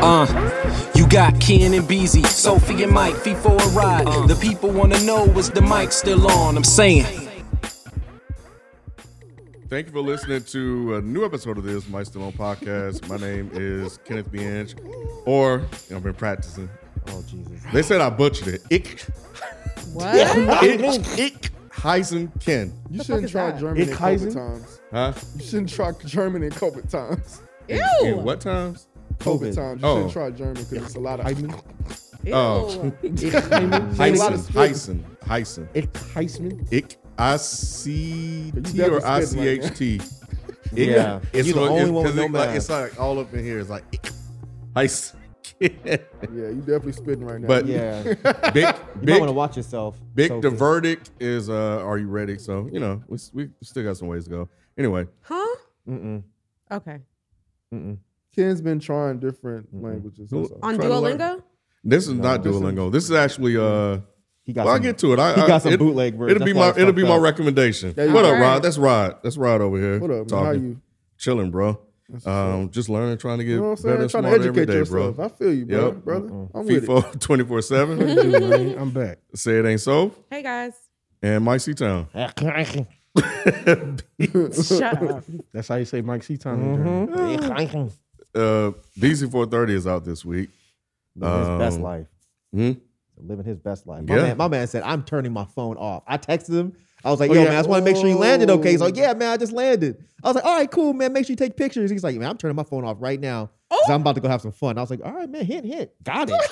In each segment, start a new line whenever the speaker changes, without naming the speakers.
Uh, you got Ken and Beezy, Sophie and Mike, feet for a ride. The people wanna know is the mic still on? I'm saying.
Thank you for listening to a new episode of this My Still On podcast. My name is Kenneth Bienge, or you know, I've been practicing.
Oh Jesus.
They said I butchered it. Ick,
What?
ick, ick, Heisen Ken.
You shouldn't
is
try
that?
German in
Ikheisen?
COVID times.
Huh?
You shouldn't try German in COVID times.
Ew.
In what times?
COVID,
COVID.
times. You
Oh.
shouldn't try German because it's a lot of
Ew.
Oh.
Say a lot of
Heisen, Heisen, Heisen.
Ick Heisman.
Ick, I C T
You
or I
definitely
C
spit like
H T.
Yeah.
It's
You the
what-
only
it's-
one with
'cause
no
it like-
math.
It's like all up in here. It's like ick, Heisen Ken.
Yeah, you definitely spitting right now.
But
Yeah. You
big,
might want to
big,
watch yourself.
Big,
Sophie.
the verdict is, uh, are you ready? So, you know, we, s- we still got some ways to go. Anyway,
Huh?
Mm-mm.
Okay.
Mm-mm.
Ken's been trying different languages.
Who-
that's all.
On
Try to learn.
Duolingo?
this is not
No.
Duolingo. This is actually, uh,
He got
well, I'll
some-
get to it. I,
He
I-
got some
it-
bootleg versions.
It'll be
That's why
my,
it's
it'll be
fucked
my
up.
recommendation.
Yeah, you
What
go.
up, Rod?
Alright.
That's Rod. That's Rod over here.
What up, man?
Talking,
How you?
chilling, bro. Um, just learning, trying to get
You know what I'm saying?
better,
Trying to
smarter every
educate
day,
yourself.
bro.
I feel you, bro,
Yep.
brother. I'm with it.
FIFA 24 7.
I'm back.
Say it ain't so.
Hey guys.
And Mike C Town.
Shut up.
That's how you say Mike C. Time.
Mhm.
Uh, BC 430 is out this week.
Living his best
Um,
life.
hmm?
Living his best life. My,
Yeah.
man, my man said, I'm turning my phone off. I texted him. I was like,
Oh,
yo,
yeah.
man, I just want to make sure you landed okay. He's
Oh.
like, yeah, man, I just landed. I was like, all right, cool, man. Make sure you take pictures. He's like, man, I'm turning my phone off right now. 'cause I'm about to go have some fun. I was like, all right, man, hint, hint. Got it.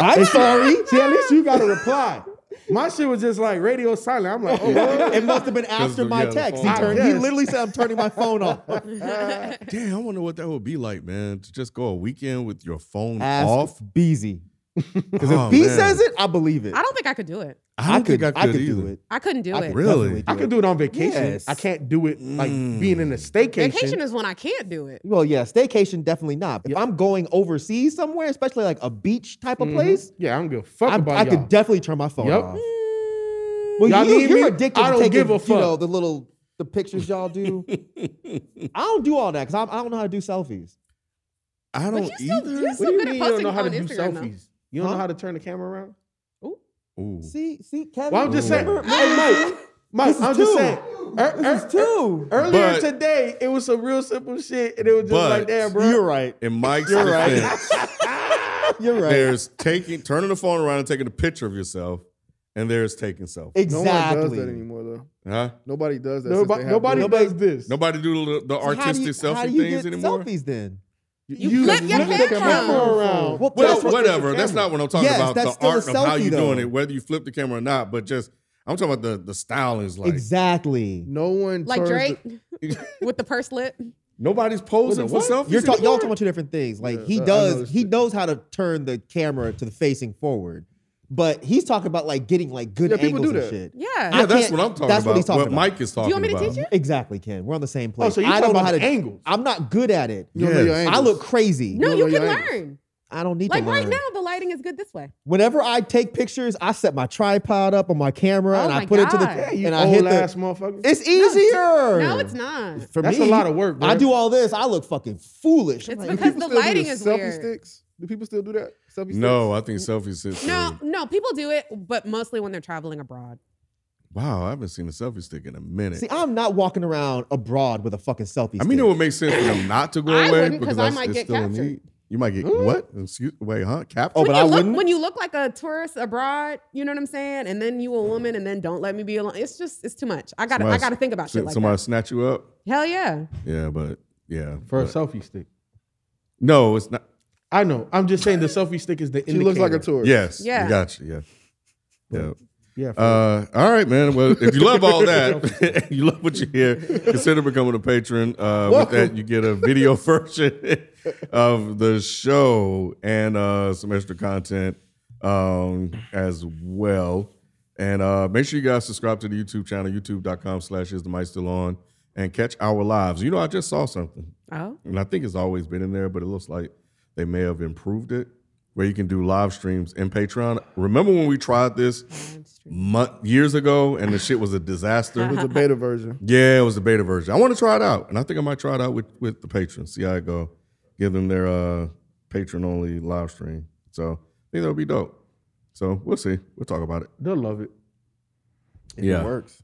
I'm sorry.
See, at least you got a reply. My shit was just like radio silent. I'm like, oh,
it must have been after
of-
my
yeah, the
text. He,
phone.
turned,
I
he
guess.
literally said, I'm turning my phone off.
Damn, I wonder what that would be like, man, to just go a weekend with your phone
Ask
off.
Beezy. Because
Oh,
if B
man.
says it, I believe it.
I don't think I could do it.
I don't think I could
do
either.
it.
I couldn't do
I
it.
could
Really?
definitely
I
I can do it on vacation.
Yes. Mm.
I can't do it like being in a staycation.
Vacation is when I can't do it.
Well, yeah, staycation definitely not. If I'm going overseas somewhere, especially like a beach type of place,
Mm-hmm. yeah, I don't give a fuck
I,
about
I
y'all.
could definitely turn my phone
Yep.
off.
Mm.
Well,
Y'all
you,
need
you're
me?
addicted
I
to
don't
taking,
give a
you know,
fuck.
the little the pictures y'all do. I don't do all that because I don't know how to do selfies.
But
I don't
you still,
either.
you're
What
still
do you
good
mean
at
you don't
posting
know how to
on
do
Instagram though.
selfies? You don't
Huh?
know how to turn the camera around?
Ooh.
See, see, Kevin.
Well, I'm just saying.
remember-
Hey, Mike, Mike,
This is
I'm just
two.
saying. er-
This
er-
is two.
Earlier
But-
today, it was some real simple shit, and it was just
But-
like, damn, bro.
You're right.
In Mike's
You're right.
defense,
You're right.
there's taking turning the phone around and taking a picture of yourself, and there's taking selfies.
No
exactly.
one does that anymore, though.
Huh?
Nobody does that.
Nobody-
since they have
nobody
Google.
does
this.
Nobody do the, the
So how do
artistic
you- how do
selfie
you
things
get
anymore.
Selfies then.
You flip your
flip the
camera.
around.
Well,
Well,
that's what-
whatever. That's not what I'm talking
Yes,
about.
that's
The
still a
art of how
selfie,
you
though.
doing it, whether you flip the camera or not, but just I'm talking about the the style is like
exactly.
no one
Like
turns the-
Drake with the purse lip.
nobody's posing for selfies.
You're ta- y'all
anymore.
talking about two different things. Like
Yeah,
he
I- I
does,
noticed
he
it.
knows how to turn the camera to the facing forward, but he's talking about like getting like good
Yeah, people
angles
do
and
that.
shit.
Yeah.
Yeah,
I
that's
can't-
what I'm talking
that's
about.
what he's talking about.
Mike is
do
talking
you want me to
about.
teach you?
Exactly, Ken. We're on the same place.
Oh, so you
I don't
talking
know
about
how to
the angles.
I'm not good at it.
You don't know your
Yes.
angles.
I look crazy.
No,
don't
you
know
can
your angles.
learn.
I don't need
Like
to
right
learn.
now, the lighting is good this way.
Whenever I take pictures, I set my tripod up on my camera
Oh
and I
my
put it to the
God. Yeah,
You
and I
old
hit
ass
the.
motherfucker.
It's easier.
No, it's not.
For
That's
me,
a lot of work,
I
bruh.
do all this. I look fucking foolish. I'm
It's
like,
Do
because
people
the
still do
lighting is
selfie
weird.
sticks? Do people still do that? Selfie sticks?
No, I think selfies is
No, no, people do it, but mostly when they're traveling abroad.
Wow, I haven't seen a selfie stick in a minute.
See, I'm not walking around abroad with a fucking selfie.
I mean, it
stick.
would make sense for them not to go
I
away
wouldn't, 'cause I
that's-
might
it's
get
still a
captured. Hmm?
need. You might get what? Excuse, wait, huh? Captured?
Oh, but
when
I
you look,
wouldn't.
when you look like a tourist abroad, you know what I'm saying, and then you a woman, and then don't let me be alone. It's just, it's too much. I gotta, I
Somebody-
gotta think about shit like
Somebody snatch you up?
that. Hell yeah.
Yeah, but yeah.
for a
but-
selfie stick.
no, it's not.
I know. I'm just saying the selfie stick is the
She
indicator.
looks like a tourist.
Yes.
Yeah.
Yeah. Gotcha. Yeah. Yeah.
Yeah. for-
Uh, all right, man. Well, if you love all that, you love what you hear, consider becoming a patron. Uh, with that, you get a video version of the show and uh, some extra content um, as well. And uh, make sure you guys subscribe to the YouTube channel, youtube.com slash is the mic still on, and catch our lives. You know, I just saw something
Oh,
and I think it's always been in there, but it looks like they may have improved it, where you can do live streams in Patreon. Remember when we tried this month years ago and the shit was a
It was
disaster?
a beta version.
yeah, it was the beta version. I want to try it out, and I think I might try it out with with the patrons. See how it go. Give them their uh, patron only live stream. So I think that'll be dope. So we'll see. We'll talk about it.
They'll love it.
yeah,
It works.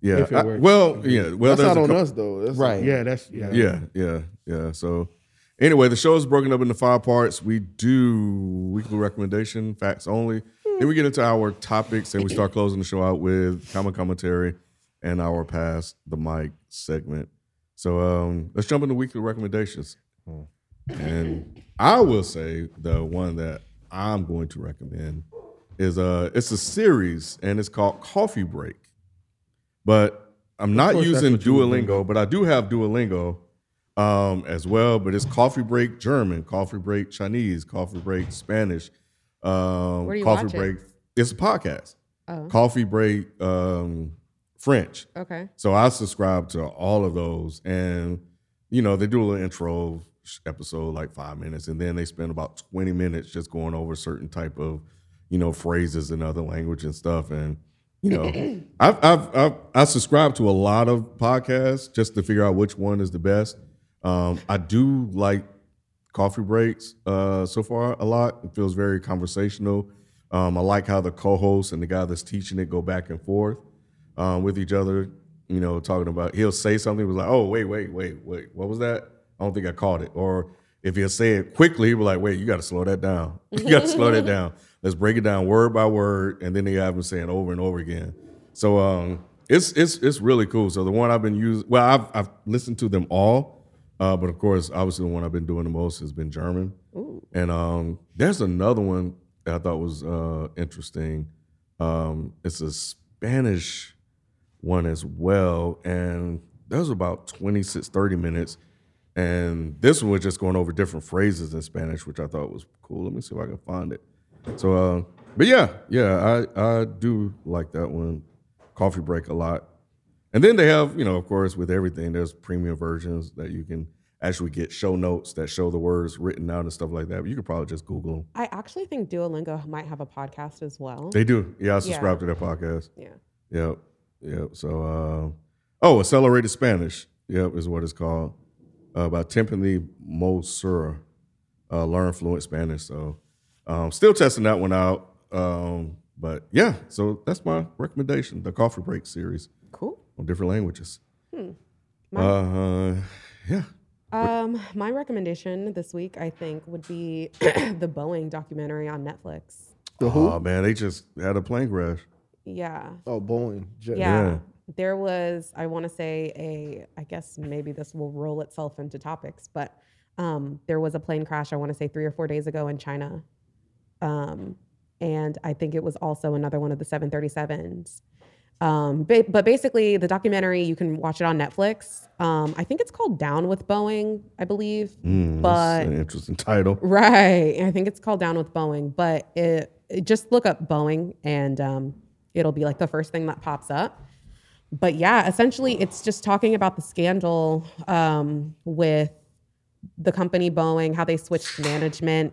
yeah.
If it
I-
works.
well, yeah. Well,
That's
there's
not
a
on
couple-
us though. That's
Right.
Yeah, that's yeah.
Yeah, yeah, yeah. So anyway, the show is broken up into five parts. We do weekly recommendation, facts only. Then we get into our topics and we start closing the show out with common commentary and our pass the mic segment. So um, let's jump into weekly recommendations. And I will say the one that I'm going to recommend is uh it's a series and it's called Coffee Break. But I'm not
course that's
using
what you would
Duolingo, but I do have Duolingo um, as well. But it's Coffee Break German, Coffee Break Chinese, Coffee Break Spanish, um,
Where do you
Coffee
watch it?
Break. It's a podcast.
Oh.
Coffee Break um, French.
okay.
So I subscribe to all of those, and you know they do a little intro sh- episode, like five minutes, and then they spend about twenty minutes just going over certain type of you know phrases in other language and stuff. And you know, I've, I've, I've I subscribe to a lot of podcasts just to figure out which one is the best. Um, I do like coffee breaks uh, so far a lot. It feels very conversational. Um, I like how the co-host and the guy that's teaching it go back and forth um, with each other. You know, talking about he'll say something, was like, "Oh, wait, wait, wait, wait, what was that? I don't think I caught it." Or if he'll say it quickly, he'll be like, "Wait, you got to slow that down. You got to slow that down. Let's break it down word by word." And then they have him saying over and over again. So um, it's it's it's really cool. So the one I've been using, well, I've I've listened to them all. Uh, but of course, obviously, the one I've been doing the most has been German. And um, there's another one that I thought was uh, interesting. Um, it's a Spanish one as well. And that was about 26, 30 minutes. And this one was just going over different phrases in Spanish, which I thought was cool. Let me see if I can find it. So, uh, but yeah, yeah, I, I do like that one. Coffee break a lot. And then they have, you know, of course, with everything, there's premium versions that you can actually get show notes that show the words written out and stuff like that. But you could probably just Google them.
I actually think Duolingo might have a podcast as well.
They do. Yeah, I subscribe to their podcast.
yeah.
Yep. Yep. So, uh, oh, Accelerated Spanish. Yep, is what it's called. Uh, by Tiffany Mosura. Uh, learn fluent Spanish. So, um, still testing that one out. Um, but yeah, so that's my recommendation the Coffee Break series
Cool.
on different languages.
Hmm.
Uh, yeah.
Um, my recommendation this week, I think, would be the Boeing documentary on Netflix.
Oh man, they just had a plane crash.
Yeah.
Oh, Boeing. Jet.
Yeah.
Yeah.
There was, I want to say, a, I guess maybe this will roll itself into topics, but um, there was a plane crash, I want to say three or four days ago in China. Um, and I think it was also another one of the 737s. Um, ba- but basically, the documentary, you can watch it on Netflix. Um, I think it's called Down with Boeing, I believe.
Hmm,
Hmm.
but
An interesting title.
Right. I think it's called Down with Boeing, but it, it- just look up Boeing and um, it'll be like the first thing that pops up. But yeah, essentially, it's just talking about the scandal um, with the company Boeing, how they switched management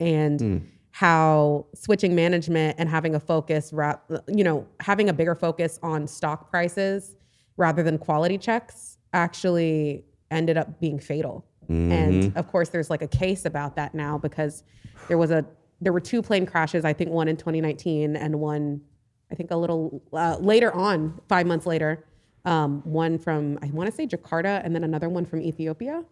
and how switching management and having a focus, ra- you know, having a bigger focus on stock prices rather than quality checks actually ended up being fatal. And of course, there's like a case about that now because there was a there were two plane crashes. I think one in 2019 and one I think a little uh, later on, five months later, um, one from I want to say Jakarta, and then another one from Ethiopia.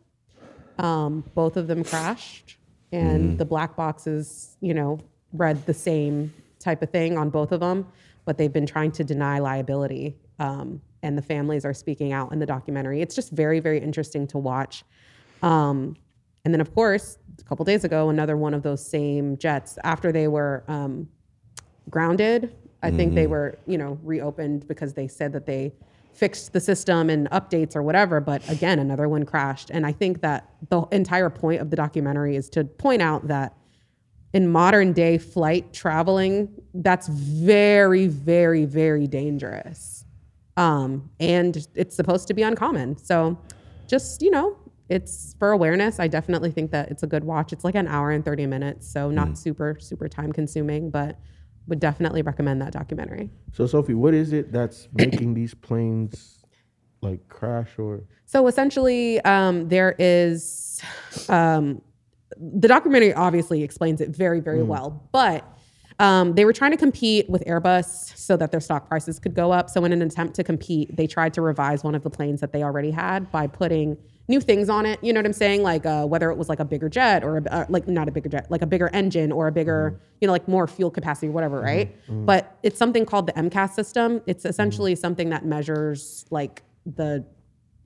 Um, both of them crashed, and the black boxes, you know, read the same type of thing on both of them, but they've been trying to deny liability. Um, and the families are speaking out in the documentary. It's just very, very interesting to watch. Um, and then, of course, a couple days ago, another one of those same jets, after they were um, grounded, I think they were, you know, reopened because they said that they fixed the system and updates or whatever. But again, another one crashed. And I think that the entire point of the documentary is to point out that in modern day flight traveling, that's very, very, very dangerous. Um, and it's supposed to be uncommon. So just, you know, it's for awareness. I definitely think that it's a good watch. It's like an hour and 30 minutes. So not super, super time consuming, but would definitely recommend that documentary.
So Sophie, what is it that's making these planes like crash or
So essentially, um, there is um, the documentary obviously explains it very, very well, but um, they were trying to compete with Airbus so that their stock prices could go up. So, in an attempt to compete, they tried to revise one of the planes that they already had by putting new things on it. You know what I'm saying? Like uh, whether it was like a bigger jet or a, uh, like not a bigger jet, like a bigger engine or a bigger, you know, like more fuel capacity or whatever, right? But it's something called the MCAS system. It's essentially something that measures like the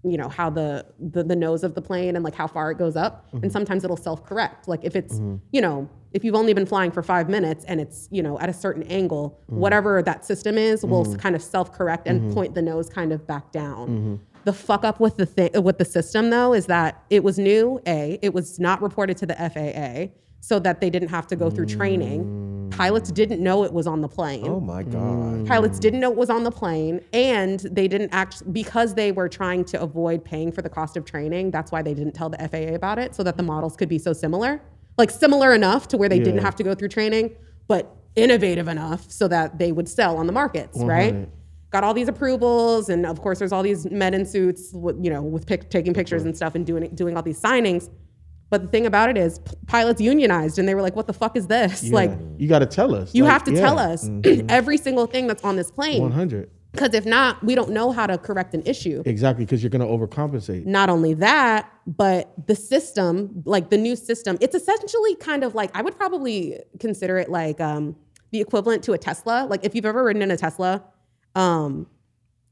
you know how the, the the nose of the plane and like how far it goes up and sometimes it'll self correct like if it's you know if you've only been flying for 5 minutes and it's you know at a certain angle whatever that system is will kind of self correct and point the nose kind of back down the fuck up with the thi- with the system though is that it was new a it was not reported to the FAA so that they didn't have to go through training pilots didn't know it was on the plane
Oh my god.
pilots didn't know it was on the plane and they didn't act because they were trying to avoid paying for the cost of training that's why they didn't tell the faa about it so that the models could be so similar like similar enough to where they didn't have to go through training but innovative enough so that they would sell on the markets right got all these approvals and of course there's all these men in suits with, you know with pic- taking pictures and stuff and doing doing all these signings but the thing about it is p- pilots unionized and they were like what the fuck is this like
you got to tell us.
you
Like,
have to
yeah, Mm-hmm.
tell us every single thing that's on this plane.
100
Because if not, we don't know how to correct an issue.
exactly because you're gonna overcompensate.
Not only that, but the system, like the new system, it's essentially kind of like I would probably consider it like um, the equivalent to a Tesla. Like if you've ever ridden in a Tesla, um,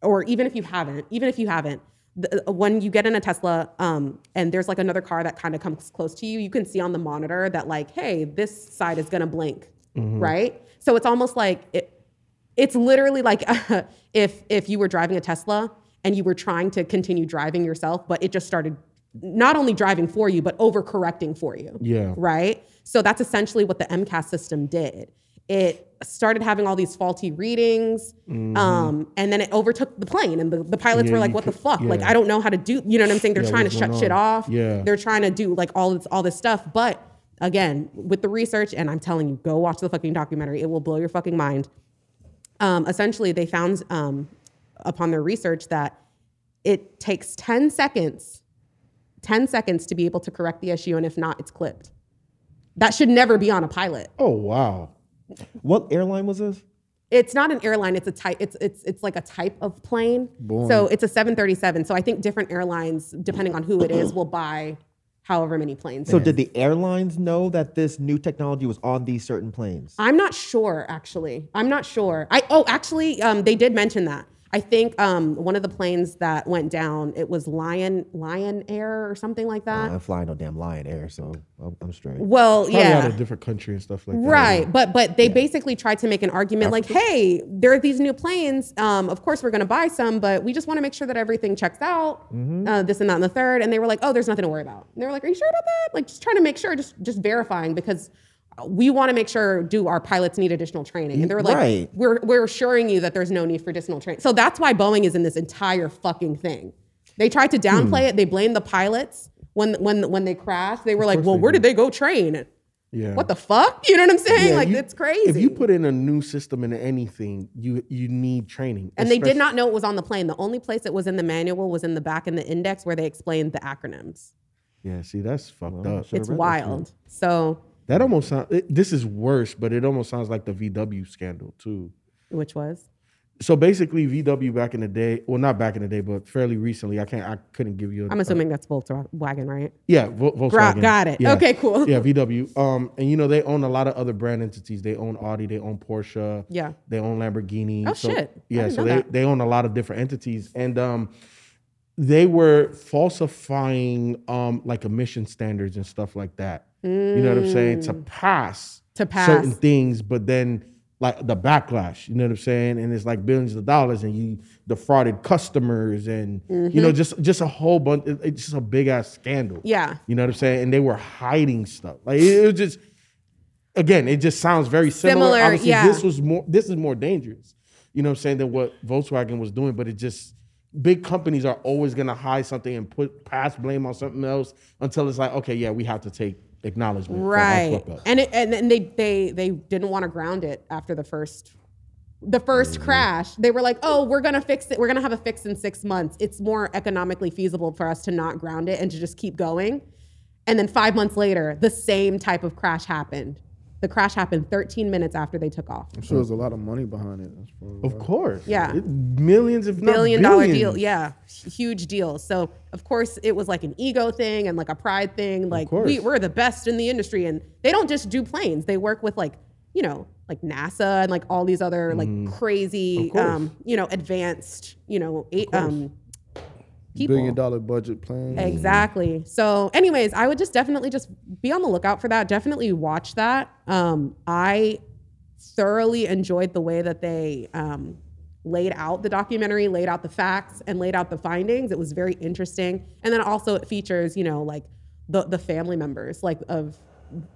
or even if you haven't, even if you haven't, the, uh, when you get in a Tesla um, and there's like another car that kind of comes close to you, you can see on the monitor that like, hey, this side is gonna blink, right? So it's almost like it, it's literally like if if you were driving a Tesla and you were trying to continue driving yourself, but it just started not only driving for you but overcorrecting for you
Yeah.
right? So that's essentially what the MCAS system did. It started having all these faulty readings, um, and then it overtook the plane. And the, the pilots
Mm-hmm. Yeah,
were like,
you
"What the
could-
fuck? Like,
yeah.
I don't know how to do." You know what I'm saying? They're
Yeah,
trying to
what's
shut
going
shit off.
on? Yeah.
they're trying to do like all this all this stuff. But again, with the research, and I'm telling you, go watch the fucking documentary. It will blow your fucking mind. Um, essentially, they found um, upon their research that it takes 10 seconds 10 seconds to be able to correct the issue and if not it's clipped that should never be on a pilot
Oh wow.
What airline was this?
it's not an airline it's a type it's it's it's like a type of plane so it's a 737 so i think different airlines depending on who it is will buy however many planes
So
it is.
did the airlines know that this new technology was on these certain planes?
I'm not sure, actually. I'm not sure. I oh, actually, um, they did mention that. I think um, one of the planes that went down, it was Lion Lion Air or something like that.
I'm flying no damn Lion Air, so I'm, I'm straight.
well,
Probably
yeah,
out of different country and stuff like that.
Right, but but they basically tried to make an argument like, "Hey, there are these new planes. Um, of course, we're going to buy some, but we just want to make sure that everything checks out. Uh, this and that and the third. And they were like, "Oh, there's nothing to worry about." And they were like, "Are you sure about that? Like, just trying to make sure, just just verifying because we want to make sure. Do our pilots need additional training?" And they were like,
Right.
"We're we're assuring you that there's no need for additional training." So that's why Boeing is in this entire fucking thing. They tried to downplay it. They blamed the pilots when when when they crashed. They were like, "Well, where did they go train?"
Yeah.
what the fuck? You know what I'm saying?
Yeah,
like
you-
it's crazy.
If you put in a new system into anything, you you need training.
and they did
especially-
not know it was on the plane. The only place it was in the manual was in the back in the index where they explained the acronyms.
Yeah, see, that's fucked up.
It's wild. So
That almost sounds. This is worse, but it almost sounds like the VW scandal too.
which was
So basically, VW back in the day, well, not back in the day, but fairly recently. I can't, I couldn't give you. A,
I'm assuming that's Volkswagen, right?
yeah, Vol-
Gra-
Volkswagen.
got it.
Yeah.
Okay, cool.
Yeah, VW. Um, and you know they own a lot of other brand entities. They own Audi. They own Porsche.
Yeah.
They own Lamborghini.
Oh, shit. I
Yeah.
didn't
So
know
they
that.
they own a lot of different entities, and um, they were falsifying um like emission standards and stuff like that. You know what I'm saying?
Mm.
To pass
To pass.
certain things, but then like the backlash. You know what I'm saying? And it's like billions of dollars, and you defrauded customers, and you
Mm-hmm.
know just just a whole bunch. it- It's just a big ass scandal.
Yeah.
You know what I'm saying? And they were hiding stuff. Like it, it was just again, it just sounds very similar.
Similar,
Obviously,
yeah.
this was more this is more dangerous. You know what I'm saying than what Volkswagen was doing, but it just big companies are always gonna hide something and put pass blame on something else until it's like, okay, yeah, we have to take acknowledgement. for our
Right.
fuck up.
And it, and then they they they didn't want to ground it after the first the 1st crash. They were like, "Oh, we're going to fix it. We're going to have a fix in 6 months. It's more economically feasible for us to not ground it and to just keep going." And then 5 months later, the same type of crash happened. The crash happened 13 minutes after they took off.
I'm sure there's a lot of money behind it. That's probably
Of
why.
course.
Yeah.
It- millions if not
billion dollar
billions.
deal. Yeah, huge deal. So of course it was like an ego thing and like a pride thing. Like
course.
we, we're the best in the industry, and they don't just do planes. They work with like you know like NASA and like all these other like
Mm.
crazy um, you know advanced you know a, um, people.
Billion dollar budget plan.
Mm.
Exactly. So, anyways, I would just definitely just be on the lookout for that. Definitely watch that. Um, I thoroughly enjoyed the way that they um, laid out the documentary, laid out the facts, and laid out the findings. It was very interesting. And then also it features, you know, like the the family members, like of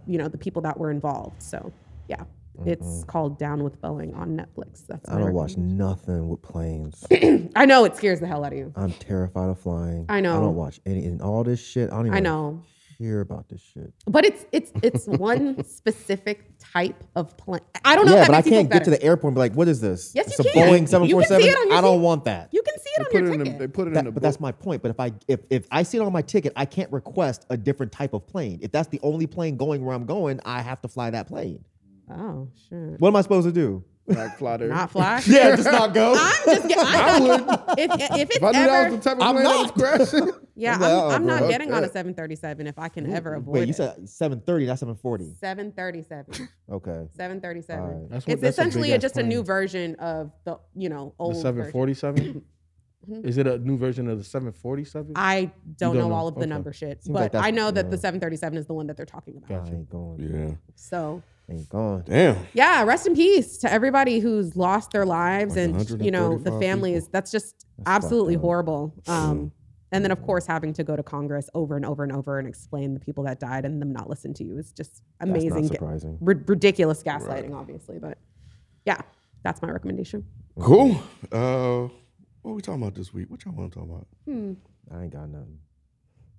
you know the people that were involved. So, yeah. It's called Down with Boeing on Netflix. That's
Mm-hmm. I
my
don't watch
recommendation.
nothing with planes.
I know it scares the hell out of you.
I'm terrified of flying.
I
I
know.
don't watch any and all this shit. I don't even
I
wanna
know.
hear about this shit.
But it's it's it's one specific type of plane. I don't know.
Yeah,
if that
but I
makes you feel
can't get to
better.
the airport and be like, "What is this?"
Yes,
it's
you
a
can. You
Boeing
can see
seven four seven.
it on your
I don't
seat.
want that.
You can see
They
it
put
on
it
your
in the,
ticket.
they put it in
That-
the
but
book.
that's my point. But if I if if I see it on my ticket, I can't request a different type of plane. If that's the only plane going where I'm going, I have to fly that plane.
oh shit!
What am I supposed to do?
Black Plotter.
Not fly.
Yeah, just not go.
I'm just. Get, I'm not, if, if it's
If I knew that
ever,
was the type of
I'm
plane I was
not.
crashing,
yeah,
I'm
I'm,
like,
I'm
oh,
not
bro,
getting on a 737 if I can ever avoid
Wait, you
it.
said seven thirty, not seven forty.
737,
Okay.
737.
Alright.
That's what-
It's
that's a
essentially
big-ass
just a new
plane.
version of the you know old
The
version. Mm-hmm.
747? Is it a new version of the 747?
I don't,
don't
know,
know.
all of the
Okay.
number shit,
Seems
but
like that's-
I know that
yeah.
the 737 is the one that they're talking about.
I ain't going.
Yeah.
So
Ain't going.
Damn.
yeah, rest in peace to everybody who's lost their lives
Like
and you know the
135
families.
people.
That's just
fucked
absolutely
up.
horrible. Um, and then of course having to go to Congress over and over and over and explain the people that died and them not listen to you is just
That's not
amazing, ga-
surprising.
ri- ridiculous gaslighting, obviously. But yeah, that's my recommendation.
Cool. Uh, what we talking about this week? What y'all want to talk about?
I ain't got nothing.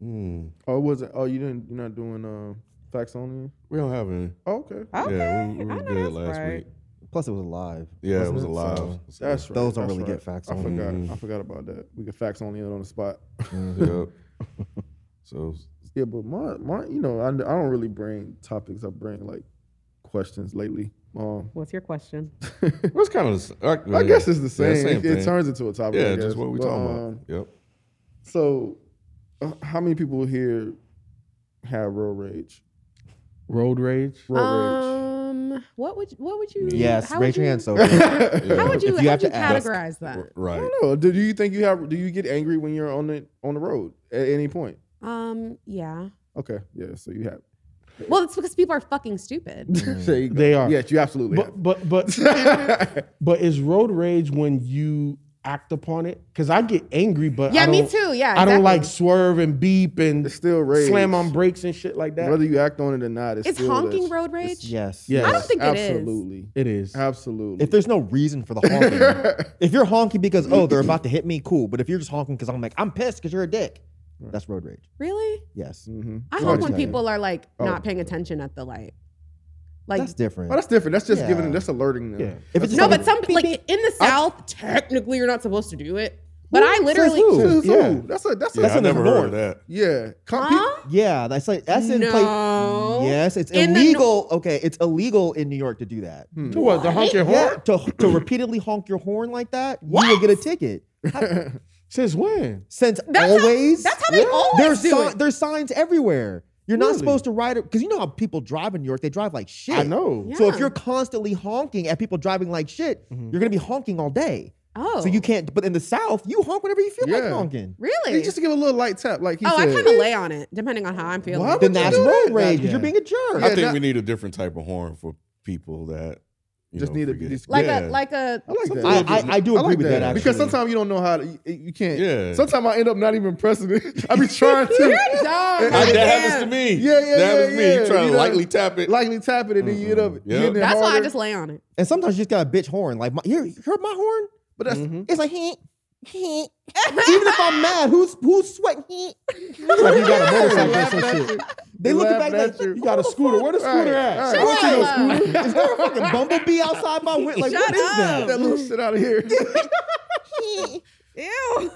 Hmm.
oh, was it? Oh, you didn't. You're not doing uh, facts only.
We don't have any.
Oh, okay.
Okay,
yeah, we, we
I
were
know
good
that's
last
right.
week.
Plus, it was live.
Yeah, it
wasn't
was alive.
So-
That's right.
Those don't
that's
really
right.
get facts
I
only.
forgot. I forgot about that. We get facts only it on the spot. Mm-hmm.
Yep. so
Yeah, but my my, you know, I, I don't really bring topics. I bring like questions lately. Um,
What's your question?
it's kind of.
I guess it's the same.
Mm. Yeah,
it, it
thing.
turns into a topic. I
Yeah,
guess.
just what we
But,
talking
um,
about. Yep.
So, uh, how many people here have road rage?
Road rage.
Road rage.
Um, what would what would you?
Yes,
how
raise
would
your
you-
hand, Sophie.
How would
If
you,
you
how
have
would you
to ask-
categorize that?
R- Right.
I don't know. Do you think you have? Do you get angry when you're on the on the road at any point?
Um, yeah.
Okay. Yeah. So you have.
Well, it's because people are fucking stupid.
There you go.
They are.
Yes, you absolutely.
But but but but is road rage when you act upon it? Because I get angry, but I
Yeah, me
don't-
too. Yeah,
I don't
exactly.
like swerve and beep and
It's still rage.
slam on brakes and shit like that.
have. Whether you act on it or not, it's
Is
still
honking
this-
road rage?
yes.
Yes.
I don't think it is.
absolutely.
it is.
Absolutely.
If there's no reason for the honking, if you're honking because oh they're about to hit me, cool. But if you're just honking because I'm like I'm pissed because you're a dick, that's road rage.
Really?
Yes,
Mhm.
I
No,
hope
it's
when
not.
people are like
oh,
not paying attention at the light. Like
that's different.
Oh, that's different. That's just giving
Yeah.
them. That's alerting them.
Yeah.
if it's just
no,
like
but
a-
some like in the South, technically you're not supposed to do it. But I literally
Says who?
Yeah.
That's a that's
Yeah,
a
I never heard of that.
yeah. Comp-
Huh?
Yeah, that's like that's in place.
No.
Yes, it's
In the
illegal. okay, it's illegal in New York to do that.
To what? The honk Hmm. your horn?
Yeah, to, to repeatedly honk your horn like that, you will get a ticket.
Since when?
Since
That's how-
always,
that's how they always
there's
do
si-
it.
There's signs everywhere. You're not
Really?
supposed to ride it because you know how people drive in New York. They drive like shit.
I know. Mm-hmm.
Yeah.
So if you're constantly honking at people driving like shit, you're gonna be honking all day.
Oh.
So you can't. But in the South, you honk whenever you feel like
Yeah.
honking.
Really?
He just to give a little light tap, like he
oh, I
said.
kind of lay on it depending on how I'm feeling.
Why
Then
would you
that's
do
road
that?
rage.
Yeah.
You're being a jerk.
Yeah,
I think
not-
we need a different type of horn for people that you
Just
know,
need to
forget-
be dis-
Like
Yeah.
a like a
I like that.
I, I, I do
I
agree
like
with that, actually.
because sometimes you don't know how to, you, you can't.
Yeah.
Sometimes I end up not even pressing it. I be trying to.
You're dumb.
I- that
Yeah.
happens to me.
Yeah, yeah,
That
yeah,
happens to me.
yeah.
You trying
You
to
know-
lightly tap it.
Lightly tap it and then you end up
Mhm. Yep.
hitting it
That's
harder.
why I just lay on it.
And sometimes you just got a bitch horn. Like, my, you, you heard my horn? But that's
Mm-hmm.
it's like, heh, heh. even if I'm mad, who's who's sweating? Heh. like you got a motorcycle or some shit. They look
laughing
back
at
like
you.
you.
You got a scooter. Where the scooter at?
All
Shut
right.
up.
Is there a fucking bumblebee outside my window? Like,
Shut
what is
up.
that?
Get that little shit out of here.
Ew.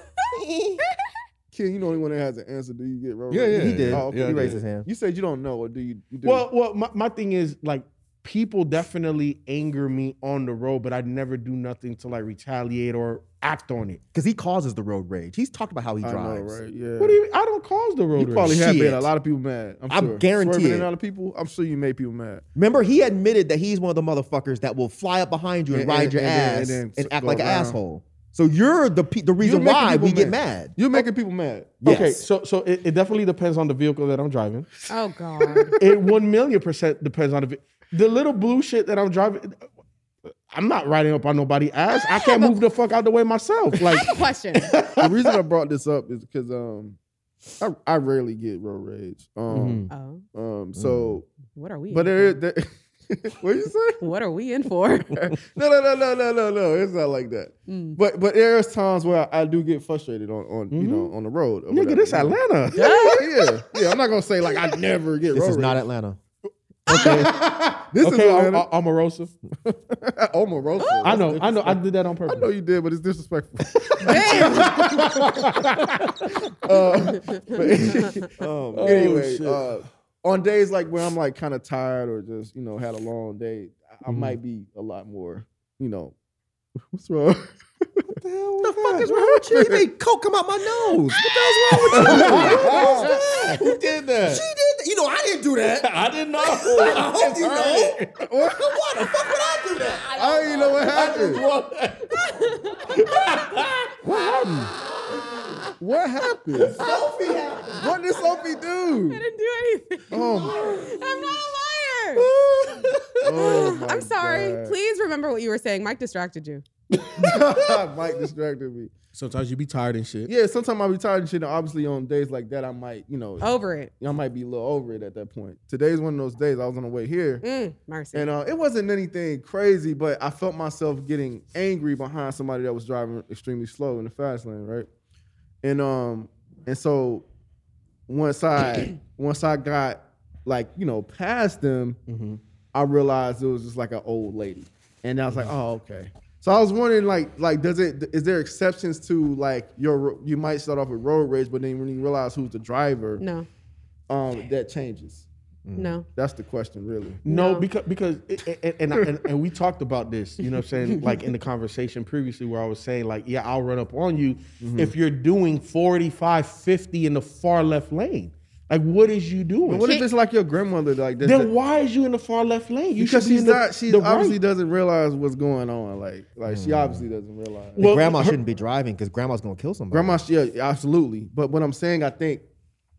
Kid, you know the only one that has an answer. Do you get road
Yeah,
rage?
yeah.
He did.
Oh,
he
yeah,
raised
yeah.
his hand.
You said you don't know, or do you? you do?
Well, well, my, my thing is like people definitely anger me on the road, but I never do nothing to like retaliate or act on it.
Because he causes the road rage. He's talked about how he
I know,
drives.
right? Yeah.
What do you? mean? I don't cause the road.
You probably
rage.
have made
Shit.
a lot of people mad. I'm,
I'm
sure.
guaranteed.
Swerving in other people, I'm sure you made people mad.
Remember, he admitted that he's one of the motherfuckers that will fly up behind you and,
And-
ride
and-
your
and then-
ass
and
and,
then
act
go
like an
around.
asshole. So you're the pe- the reason
making
why
people
we get
mad.
mad.
You're making people mad.
Okay,
Yes.
so so it, it definitely depends on the vehicle that I'm driving.
Oh god.
It one million percent depends on the ve- the little blue shit that I'm driving. I'm not riding up on nobody ass. I can't move the fuck out the way myself. Like
I have a question.
the reason I brought this up is because um, I, I rarely get road rage. Um,
Oh,
Mm-hmm. Mm.
um, so
what are we?
but
in
there,
for?
there what you say?
what are we in for?
no, no, no, no, no, no, no. It's not like that.
Mm.
But but there's times where I, I do get frustrated on on you
Mhm.
know on the road. or
nigga,
whatever,
this
you know?
Atlanta.
Yeah, yeah, yeah. I'm not gonna say like I never get.
This
road
is not
rage.
Atlanta.
This
okay,
is
I'm,
Atlanta.
I'm a roaster.
Omarosa.
I know, I know, I did that on
I
purpose.
know you did, but it's disrespectful.
Damn.
Uh, but-
Oh,
anyway,
shit.
uh, on days like where I'm like kind of tired or just you know had a long day, I, I might be a lot more. You know, what's wrong?
What the hell? the fuck is wrong with you? You made coke come out my nose. What the hell's wrong with you?
Who did that?
She did that. You know, I didn't do that.
I didn't know.
I hope you know. Why the fuck would I do that?
I don't even know what happened. What happened?
Sophie happened.
What did Sophie
I
do?
didn't do anything.
Oh,
I'm not a liar.
oh my
I'm sorry.
God.
Please remember what you were saying. Mike distracted you.
Mike distracted me.
Sometimes you be tired and shit.
Yeah, sometimes I'll be tired and shit. And obviously, on days like that, I might, you know,
Over it.
I might be a little over it at that point. Today's one of those days. I was on the way here,
Mm, mercy.
and uh, it wasn't anything crazy, but I felt myself getting angry behind somebody that was driving extremely slow in the fast lane, right? And um, and so once I once I got like you know past them, I realized it was just like an old lady, and I was like, oh okay. So I was wondering like like does it is there exceptions to like your you might start off with road rage, but then when you realize who's the driver,
no,
um, that changes.
Mm.
no.
That's the question, really.
No,
No.
because because it, it- it- and, I- and and we talked about this, you know what I'm saying, like in the conversation previously where I was saying like, yeah, I'll run up on you if you're doing 45 50 in the far left lane. Like what is you doing?
What if it's like your grandmother like that?
then why is you in the far left lane? You
because
should be
she's
in the,
not. She
the
obviously
right.
doesn't realize what's going on. Like, like she obviously
Mm.
doesn't realize.
Well,
grandma
her-
shouldn't be driving because grandma's gonna kill somebody.
Grandma, she, yeah, absolutely. But what I'm saying, I think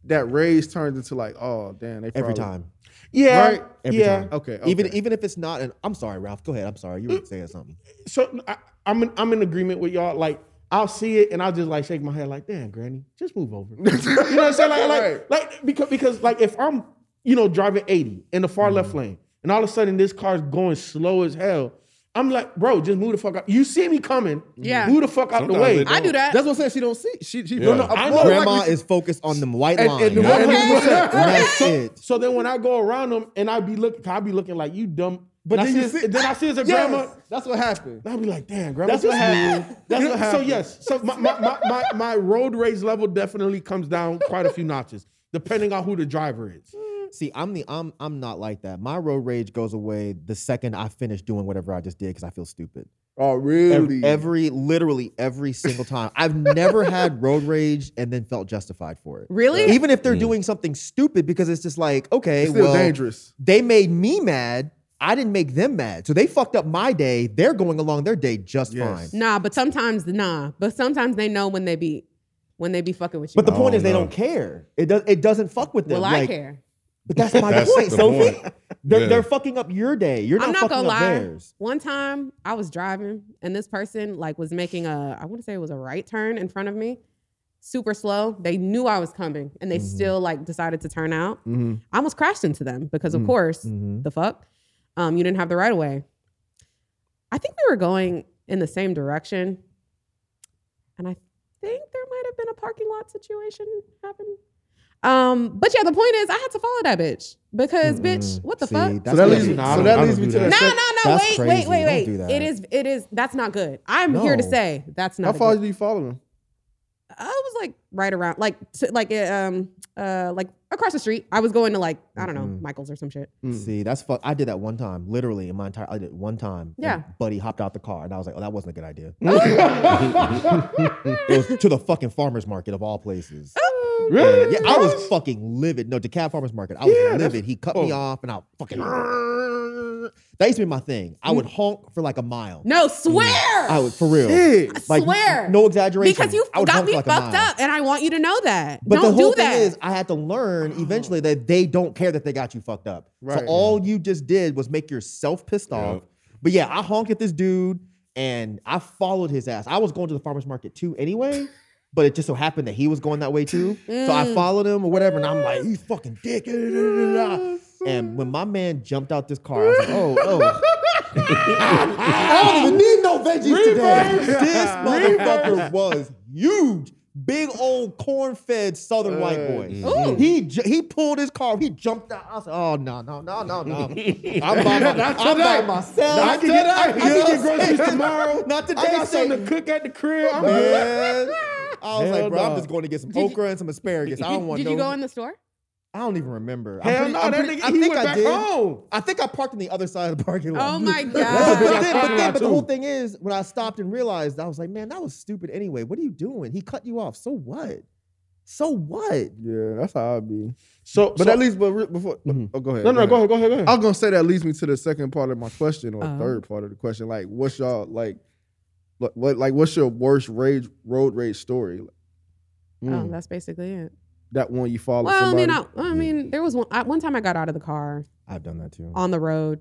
that rage turns into like, oh damn, they
every
probably-
time.
Yeah,
Right?
Every
yeah.
time.
Okay,
Even
okay. Mm.
even if it's not an I'm sorry, Ralph. Go ahead. I'm sorry. You were saying something.
So I, I'm in, I'm in agreement with y'all. Like I'll see it and I'll just like shake my head like, damn, Granny, just move over. you know what I'm saying? Like like,
Right.
like because because like if I'm you know driving 80 in the far
Mm-hmm.
left lane and all of a sudden this car's going slow as hell. I'm like, bro, just move the fuck out. You see me coming.
Yeah.
Move the fuck out the
Sometimes
way.
they
I do that.
That's what I'm saying. She don't see. She she.
Yeah.
No, no, more
I know.
likely
Grandma
she-
is focused on the white
and-
line.
and the
Not
one-
on the
Okay.
left. That's it.
So then when I go around them and I be look, I be looking like you dumb. But
And I
then,
see
you
his-
see, then I see it as a
Yes,
grandma.
That's what happened.
I'll be like, damn, grandma.
That's what
just-
happened. That's what
So
happened.
yes, so my, my, my, my, my road rage level definitely comes down quite a few notches, depending on who the driver is.
See, I'm the I'm I'm not like that. My road rage goes away the second I finish doing whatever I just did because I feel stupid.
Oh,
Ev-
really?
Every literally every single time. I've never had road rage and then felt justified for it.
Really?
Even if
Mm.
they're doing something stupid because it's just like, okay,
It's still
well,
dangerous.
they made me mad. I didn't make them mad. So they fucked up my day. They're going along their day just
Yes.
fine.
Nah, but sometimes nah, but sometimes they know when they be when they be fucking with you.
But the point
Oh,
is they
no.
don't care. It does it doesn't fuck with them.
Well, I
Like,
care.
But that's my
That's
point,
the
Sophie.
point.
They're,
Yeah.
they're fucking up your day. You're not,
I'm not
fucking
gonna
up
lie.
theirs.
One time I was driving and this person like was making a I want to say it was a right turn in front of me, super slow. They knew I was coming and they
Mm-hmm.
still like decided to turn out. I almost crashed into them because
Mm-hmm.
of course the fuck, um, you didn't have the right of way. I think we were going in the same direction, and I think there might have been a parking lot situation happening. Um, but yeah, the point is I had to follow that bitch because bitch, what the
Mm. See,
fuck?
that's
So that
what
leads,
I
me-
do.
Nah, I
so
don't-
that
I
leads
don't
me
do
to
that.
No,
that.
no,
sec-
no.
That's
wait,
crazy.
wait, wait,
Don't
wait.
do that.
It is, it is. That's not good. I'm here to
No.
say that's not.
How
a
far
good-
did you follow him?
I was like right around, like, to, like, uh, um, uh, like across the street. I was going to like, I don't know, Michael's or some shit.
See, that's fuck. I did that one time, literally in my entire. I did it one time. and
Yeah.
Buddy hopped out the car, and I was like, "Oh, that wasn't a good idea." it was to the fucking farmers market of all places.
Oh
Really?
Yeah, I was fucking livid. No, DeKalb Farmers Market. I was
Yeah, that's-
livid. He cut me
oh.
off, and I fucking. That used to be my thing. I would honk for like a mile.
Mm. No, swear.
Mm. I would for real.
Shit.
I
Like,
swear.
No exaggeration.
because you
I would
got
honk
me
for like a
fucked
mile.
up, and I want you to know that.
But
don't
the whole
do
thing
that.
is, I had to learn eventually that they don't care that they got you fucked up. So
Oh. Right.
all you just did was make yourself pissed off. But yeah, I honked at this dude and I followed his ass. I was going to the farmer's market too anyway, but it just so happened that he was going that way too. So
Mm.
I followed him or whatever, and I'm like, you fucking dick. And when my man jumped out this car, I was like, oh, oh. I don't even need no veggies today. This motherfucker was huge. Big old corn-fed Southern
Uh,
white boy.
Ooh.
He ju- he pulled his car. He jumped out. I was like, "Oh no, no, no, no, no! I'm by, my, I'm by myself.
I can get, I, I can get groceries tomorrow.
Not today,
I got something
Satan.
to cook at the crib. I'm good.
Man, I was
Hell
like, bro,
no.
I'm just going to get some
you-
okra and some asparagus. I don't
did,
want
did
no.
you go in the store?
I don't even remember. I'm
Hell
pretty-
no,
I'm
that
pretty-
nigga,
I
he
think
went
I
back
did.
home.
I think I parked on the other side of the parking lot.
Oh my god.
but then, but, then,
Parking
but the
lot
whole
too.
thing is, when I stopped and realized, I was like, man, that was stupid anyway. What are you doing? He cut you off. So what? So what?
Yeah, that's how I'd be.
So,
But
so,
that leads, but re- before,
Mhm.
oh, go ahead.
no, no, go ahead, go ahead, go ahead.
I was gonna say that leads me to the second part of my question or
Uh-huh.
third part of the question. Like, what's y'all like? What, what like what's your worst rage road rage story?
oh, that's basically it.
That one you follow
Well,
somebody.
I mean, I, I mean, there was one I, one time I got out of the car
I've done that too.
on the road.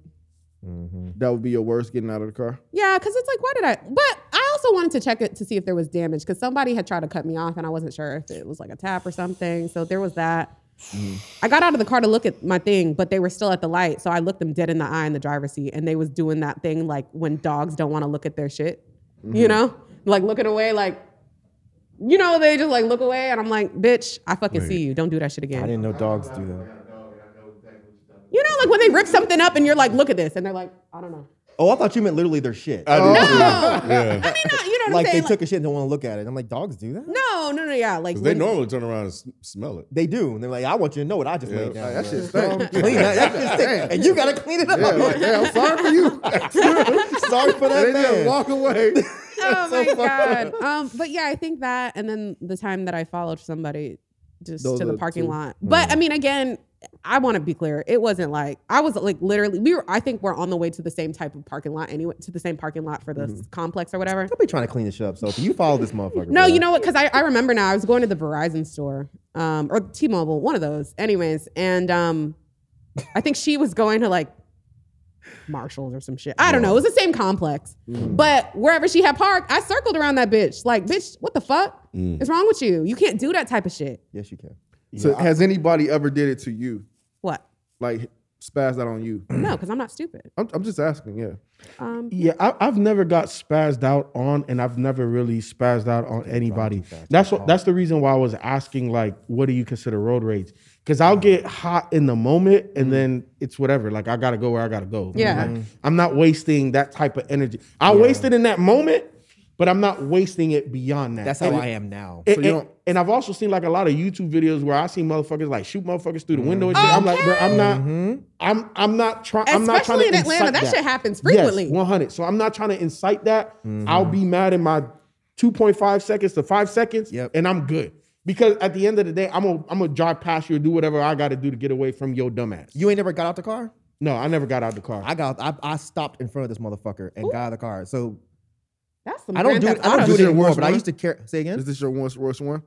Mm-hmm.
that would be your worst getting out of the car.
Yeah, because it's like, why did I? But I also wanted to check it to see if there was damage because somebody had tried to cut me off and I wasn't sure if it was like a tap or something. So there was that.
Mm.
I got out of the car to look at my thing, but they were still at the light. So I looked them dead in the eye in the driver's seat and they was doing that thing like when dogs don't want to look at their shit,
Mm-hmm.
you know, like looking away, like, you know, they just like look away and I'm like, bitch, I fucking see you. Don't do that shit again.
know dogs do that.
You know, like when they rip something up and you're like, look at this. And they're like, I don't know.
Oh, I thought you meant literally their shit.
I mean, not, you know what
like
I'm
they
saying?
took a shit and don't want to look at it. I'm like, dogs do that?
no, no, no, yeah. Like
They
when-
normally turn around and s- smell it.
They do. And they're like, I want you to know what I just
Yeah.
laid down.
Like,
That
bro.
shit stinks.
Clean that. That shit stink. And you got to clean it up.
yeah, like, yeah, I'm sorry for you.
Sorry for that
they just
man.
walk away.
oh my god. Um, but yeah, I think that, and then the time that I followed somebody just
Those
to
are
the
the
parking
two. Mm.
lot. But I mean, again, I want to be clear. It wasn't like I was like literally. We were. I think we're on the way to the same type of parking lot anyway. To the same parking lot for the
Mm-hmm.
complex or whatever.
Don't be trying to clean this shit up, Sophie. You follow this motherfucker.
No,
bro.
you know what? Because I, I remember now. I was going to the Verizon store, um, or T-Mobile, one of those. Anyways, and um, I think she was going to like Marshalls or some shit. I don't know. It was the same complex,
Mm.
but wherever she had parked, I circled around that bitch. Like, bitch, what the fuck
Mm.
is wrong with you? You can't do that type of shit.
Yes, you can.
So has anybody ever did it to you?
What?
Like spazzed out on you?
No, because I'm not stupid.
I'm, I'm just asking. Yeah.
Um,
Yeah, I, I've never got spazzed out on, and I've never really spazzed out on anybody. That's what. That's the reason why I was asking, like, what do you consider road rage? Because I'll get hot in the moment, and then it's whatever. Like, I gotta go where I gotta go.
Yeah.
Like, I'm not wasting that type of energy. I waste it in that moment, but I'm not wasting it beyond that.
That's how I am now.
And,
you
and-
don't-
and I've also seen like a lot of YouTube videos where I see motherfuckers like shoot motherfuckers through the
Mm-hmm.
window and shit. I'm like, bro, I'm not, Mm-hmm. I'm, I'm not trying. I'm not trying to
Especially in Atlanta,
incite
that shit happens frequently.
Yes, 100. So I'm not trying to incite that.
Mm-hmm.
I'll be mad in my 2.5 seconds to five seconds,
Yep.
and I'm good. Because at the end of the day, I'm gonna I'm gonna drive past you or do whatever I got to do to get away from your dumb ass.
You ain't never got out the car?
No, I never got out of the car.
I got I, I stopped in front of this motherfucker and got out of the car. So
that's some
I don't
Grand
do it.
Theft
I don't
Auto
do it
shit.
anymore.
worst
But I
one?
used to care. Say again.
Is this your worst, worst one?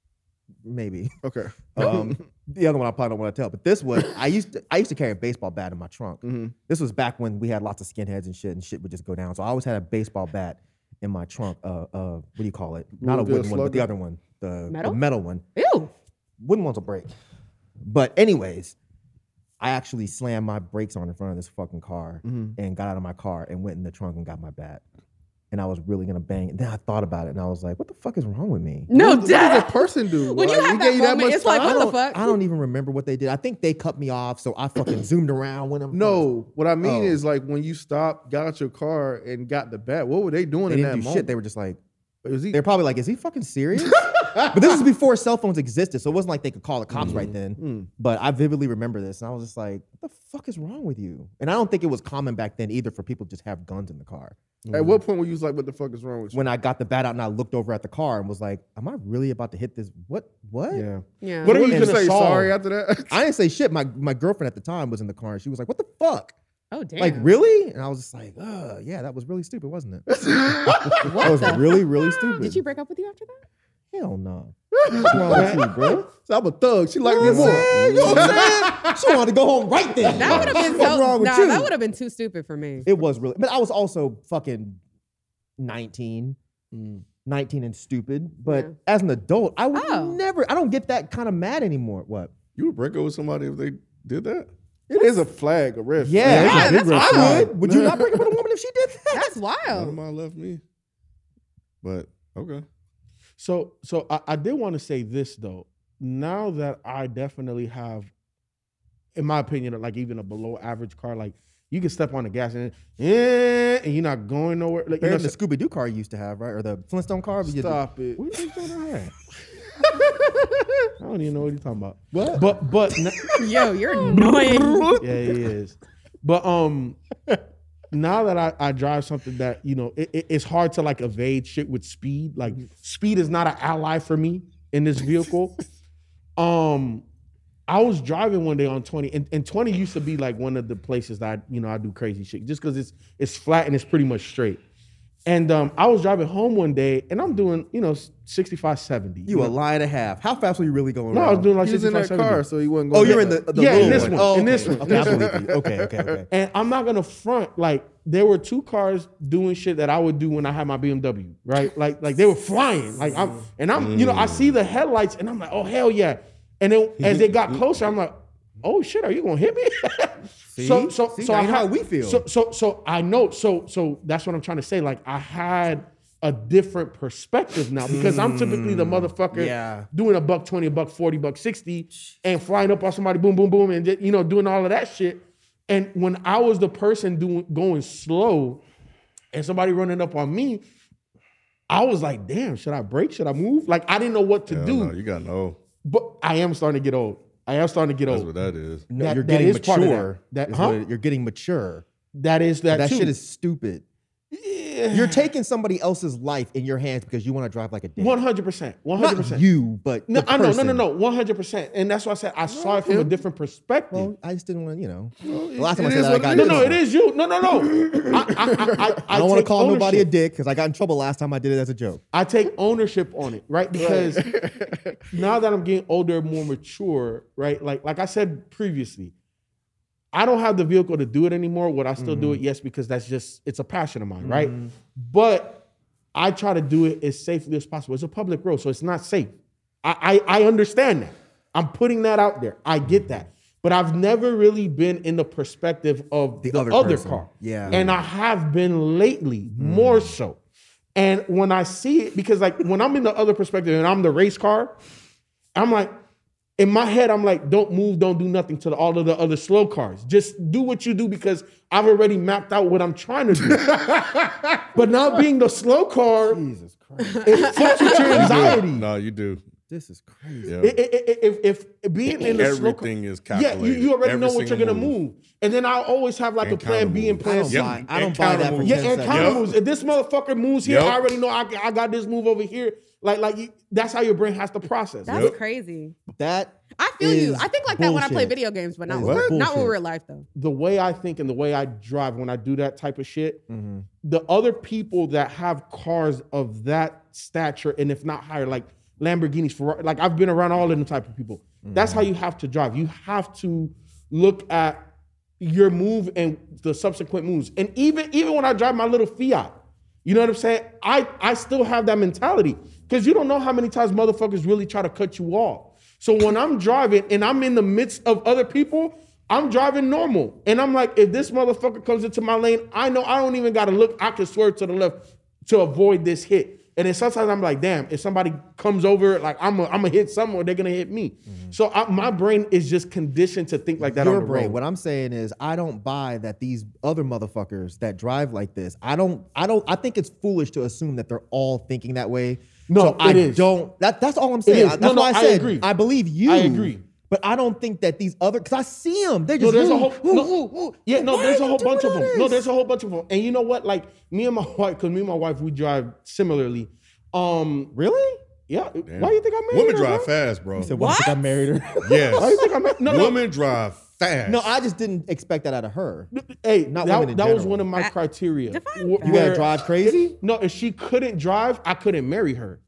Maybe.
Okay.
Um, the other one I probably don't want to tell, but this one I used to I used to carry a baseball bat in my trunk.
Mm-hmm.
This was back when we had lots of skinheads and shit, and shit would just go down. So I always had a baseball bat in my trunk. Uh, uh, what do you call it? Not a
Louisville
wooden one, but the
Slugger?
other one, the the
Metal?
metal one.
Ew.
Wooden ones will break. But anyways, I actually slammed my brakes on in front of this fucking car and got out of my car and went in the trunk and got my bat. And I was really gonna bang. And then I thought about it and I was like, what the fuck is wrong with me?
No,
What does
dad.
a person do?
When you
Like,
have
we
that
gave you
moment,
much
it's like,
time?
what the
don't-
fuck?
I don't even remember what they did. I think they cut me off, so I fucking zoomed around when I'm
No, what I mean
Oh.
is like when you stopped, got out your car, and got the bat. What were they doing
They
in
didn't
that
do
moment?
shit. They were just like,
Was he-
they're probably like, is he fucking serious? but this was before cell phones existed, so it wasn't like they could call the cops
Mm,
right then. But I vividly remember this, and I was just like, what the fuck is wrong with you? And I don't think it was common back then either for people to just have guns in the car.
At what point were you like, what the fuck is wrong with you?
When I got the bat out and I looked over at the car and was like, am I really about to hit this? What? What?
yeah.
Yeah.
What are you
Did you
gonna
say
solve?
sorry after that?
I didn't say shit. My my girlfriend at the time was in the car and she was like, what the fuck?
oh damn.
Like, really? And I was just like, uh, yeah, that was really stupid, wasn't it? that was
the
really, really stupid.
Did she break up with you after that?
Hell no.
bro?
So I'm a thug. She liked me more. You know what I'm saying? She wanted to go home right then.
That would have been
What's
so.
wrong with
nah,
you?
that would have been too stupid for me.
It was really, but I was also fucking 19. Mm. 19 and stupid, but
Yeah.
as an adult, I would
Oh.
never. I don't get that kind of mad anymore. What?
You would break up with somebody if they did that?
It is a flag, a red
Yeah,
flag.
I-
that's
I
wild.
would. Would you not break up with a woman if she did that?
That's
None of
wild.
mine left me. But okay.
So so I, I did want to say this though. Now that I definitely have, in my opinion, like even a below average car, like you can step on the gas and eh, and you're not going nowhere. Like, you
Better
know,
than the Scooby Doo car you used to have, right? Or the Flintstone car? but you-
Stop it.
What you think about that?
I don't even know what you're talking about. What? But but n-
Yo, you're annoying.
yeah, he is. But um, now that I, I drive something that you know, it, it- it's hard to like evade shit with speed. Like speed is not an ally for me in this vehicle. um, I was driving one day on twenty, and, and twenty used to be like one of the places that I, you know I do crazy shit just because it's it's flat and it's pretty much straight. And um, I was driving home one day, and I'm doing you know 65, 70.
You a lie and a half. How fast were you really going?
No, I
around?
was doing like
He was in
65,
that car,
70.
so he wasn't
Oh,
going.
you're in the, the
Yeah, in
little
this one,
Oh,
in this
okay.
one.
Okay, I believe you. Okay, okay, okay.
And I'm not gonna front. Like there were two cars doing shit that I would do when I had my BMW, right? Like like they were flying. Like I'm and I'm you know I see the headlights and I'm like oh hell yeah. And then as they got closer, I'm like oh shit, are you gonna hit me? so so
See?
so
Now
I
you know how
had-
we feel.
So so so I know. So so that's what I'm trying to say. Like I had. A different perspective now because I'm typically the motherfucker
Hmm. Yeah.
doing a buck twenty, a buck forty, buck sixty, and flying up on somebody, boom, boom, boom, and you know doing all of that shit. And when I was the person doing going slow, and somebody running up on me, I was like, "Damn, should I break? Should I move?" Like I didn't know what to
Hell
do.
no, you gotta know.
but I am starting to get old. I am starting to get
That's
old.
what that is.
No,
That-
you're
that
getting
is part of that.
mature.
That-
is
huh?
what it- you're getting mature.
that is that.
That,
too.
shit is stupid. You're taking somebody else's life in your hands because you want to drive like a dick.
one hundred percent, one hundred
Not
percent.
you, but
No,
the
I know, no, no,
person.
no, one hundred percent. And that's why I said I saw it from a different perspective.
Well, I just didn't want to, you know. the last time I said that, I
what
got.
it
no,
in
no, it
trouble.
is you. No, no, no. I, I, I, I,
I don't want to
take
call nobody a
ownership.
dick because I got in trouble last time I did it as a joke.
I take ownership on it, right? Because now that I'm getting older, more mature, right? Like like I said previously, I don't have the vehicle to do it anymore. Would I still
Mm.
do it? Yes, because that's just it's a passion of mine, right?
Mm-hmm.
But I try to do it as safely as possible. It's a public road, so it's not safe. I I, I understand that. I'm putting that out there. I get that. But I've never really been in the perspective of the,
The
other,
other person.
car.
Yeah. Mm.
And I have been lately more so. And when I see it, because like when I'm in the other perspective and I'm the race car, I'm like, in my head, I'm like, don't move, don't do nothing to the, all of the other slow cars. Just do what you do because I've already mapped out what I'm trying to do. but now being the slow car,
Jesus Christ.
it fucks with your anxiety.
No, you do.
This is crazy.
Yeah.
It- it- it- if, if being in the slow car,
Everything is
yeah,
calculated.
you, you already
Every
know what you're
single
gonna
move.
move, and then I always have like
And
a plan B and
counter
plan
moves.
C.
Yep.
I don't buy
counter
that for
moves.
Yeah,
10
and
seconds.
counter
Yep.
moves. If this motherfucker moves here,
Yep.
I already know I, I got this move over here. Like, like you- that's how your brain has to process.
That's
Yep.
crazy.
That
I feel you.
is
I think like that when I play
bullshit.
video games, but not
That is
when we're- not
bullshit.
when we're in life though.
The way I think and the way I drive when I do that type of shit, the other people that have cars of that stature and if not higher, like Lamborghinis, Ferrari, like I've been around all of them type of people. That's how you have to drive. You have to look at your move and the subsequent moves. And even even when I drive my little Fiat, you know what I'm saying? I I still have that mentality because you don't know how many times motherfuckers really try to cut you off. So when I'm driving and I'm in the midst of other people, I'm driving normal. And I'm like, if this motherfucker comes into my lane, I know I don't even gotta look. I can swerve to the left to avoid this hit. And then sometimes I'm like, damn, if somebody comes over, like I'm a, I'm gonna hit someone, they're gonna hit me. So I, my brain is just conditioned to think like that
Mm-hmm. your
on the
brain.
road.
What I'm saying is, I don't buy that these other motherfuckers that drive like this. I don't. I don't. I think it's foolish to assume that they're all thinking that way.
No,
so
it
I
is.
don't. That, that's all I'm
is.
saying. I- That's
No, no,
why I
I
said I,
agree.
believe you.
I agree.
But I don't think that these other because I see them. They
No,
just
there's a
ooh,
whole
ooh,
no,
ooh, ooh.
yeah. No,
Why
there's
are
a
you
whole bunch of
doing
them.
all
No,
this?
there's a whole bunch of them. And you know what? Like me and my wife, because me and my wife we drive similarly. Um,
really.
yeah. Why do you think I married?
Women
her,
drive
bro?
fast, bro.
So why do you think I married her?
Yes.
Why do you think I married? No, no.
Women drive fast.
no, I just didn't expect that out of her.
Hey,
Not
that,
women in
that was
general.
one of my
I-
criteria.
Define
Wh-
fast.
You
where-
gotta drive crazy.
No, if she couldn't drive, I couldn't marry her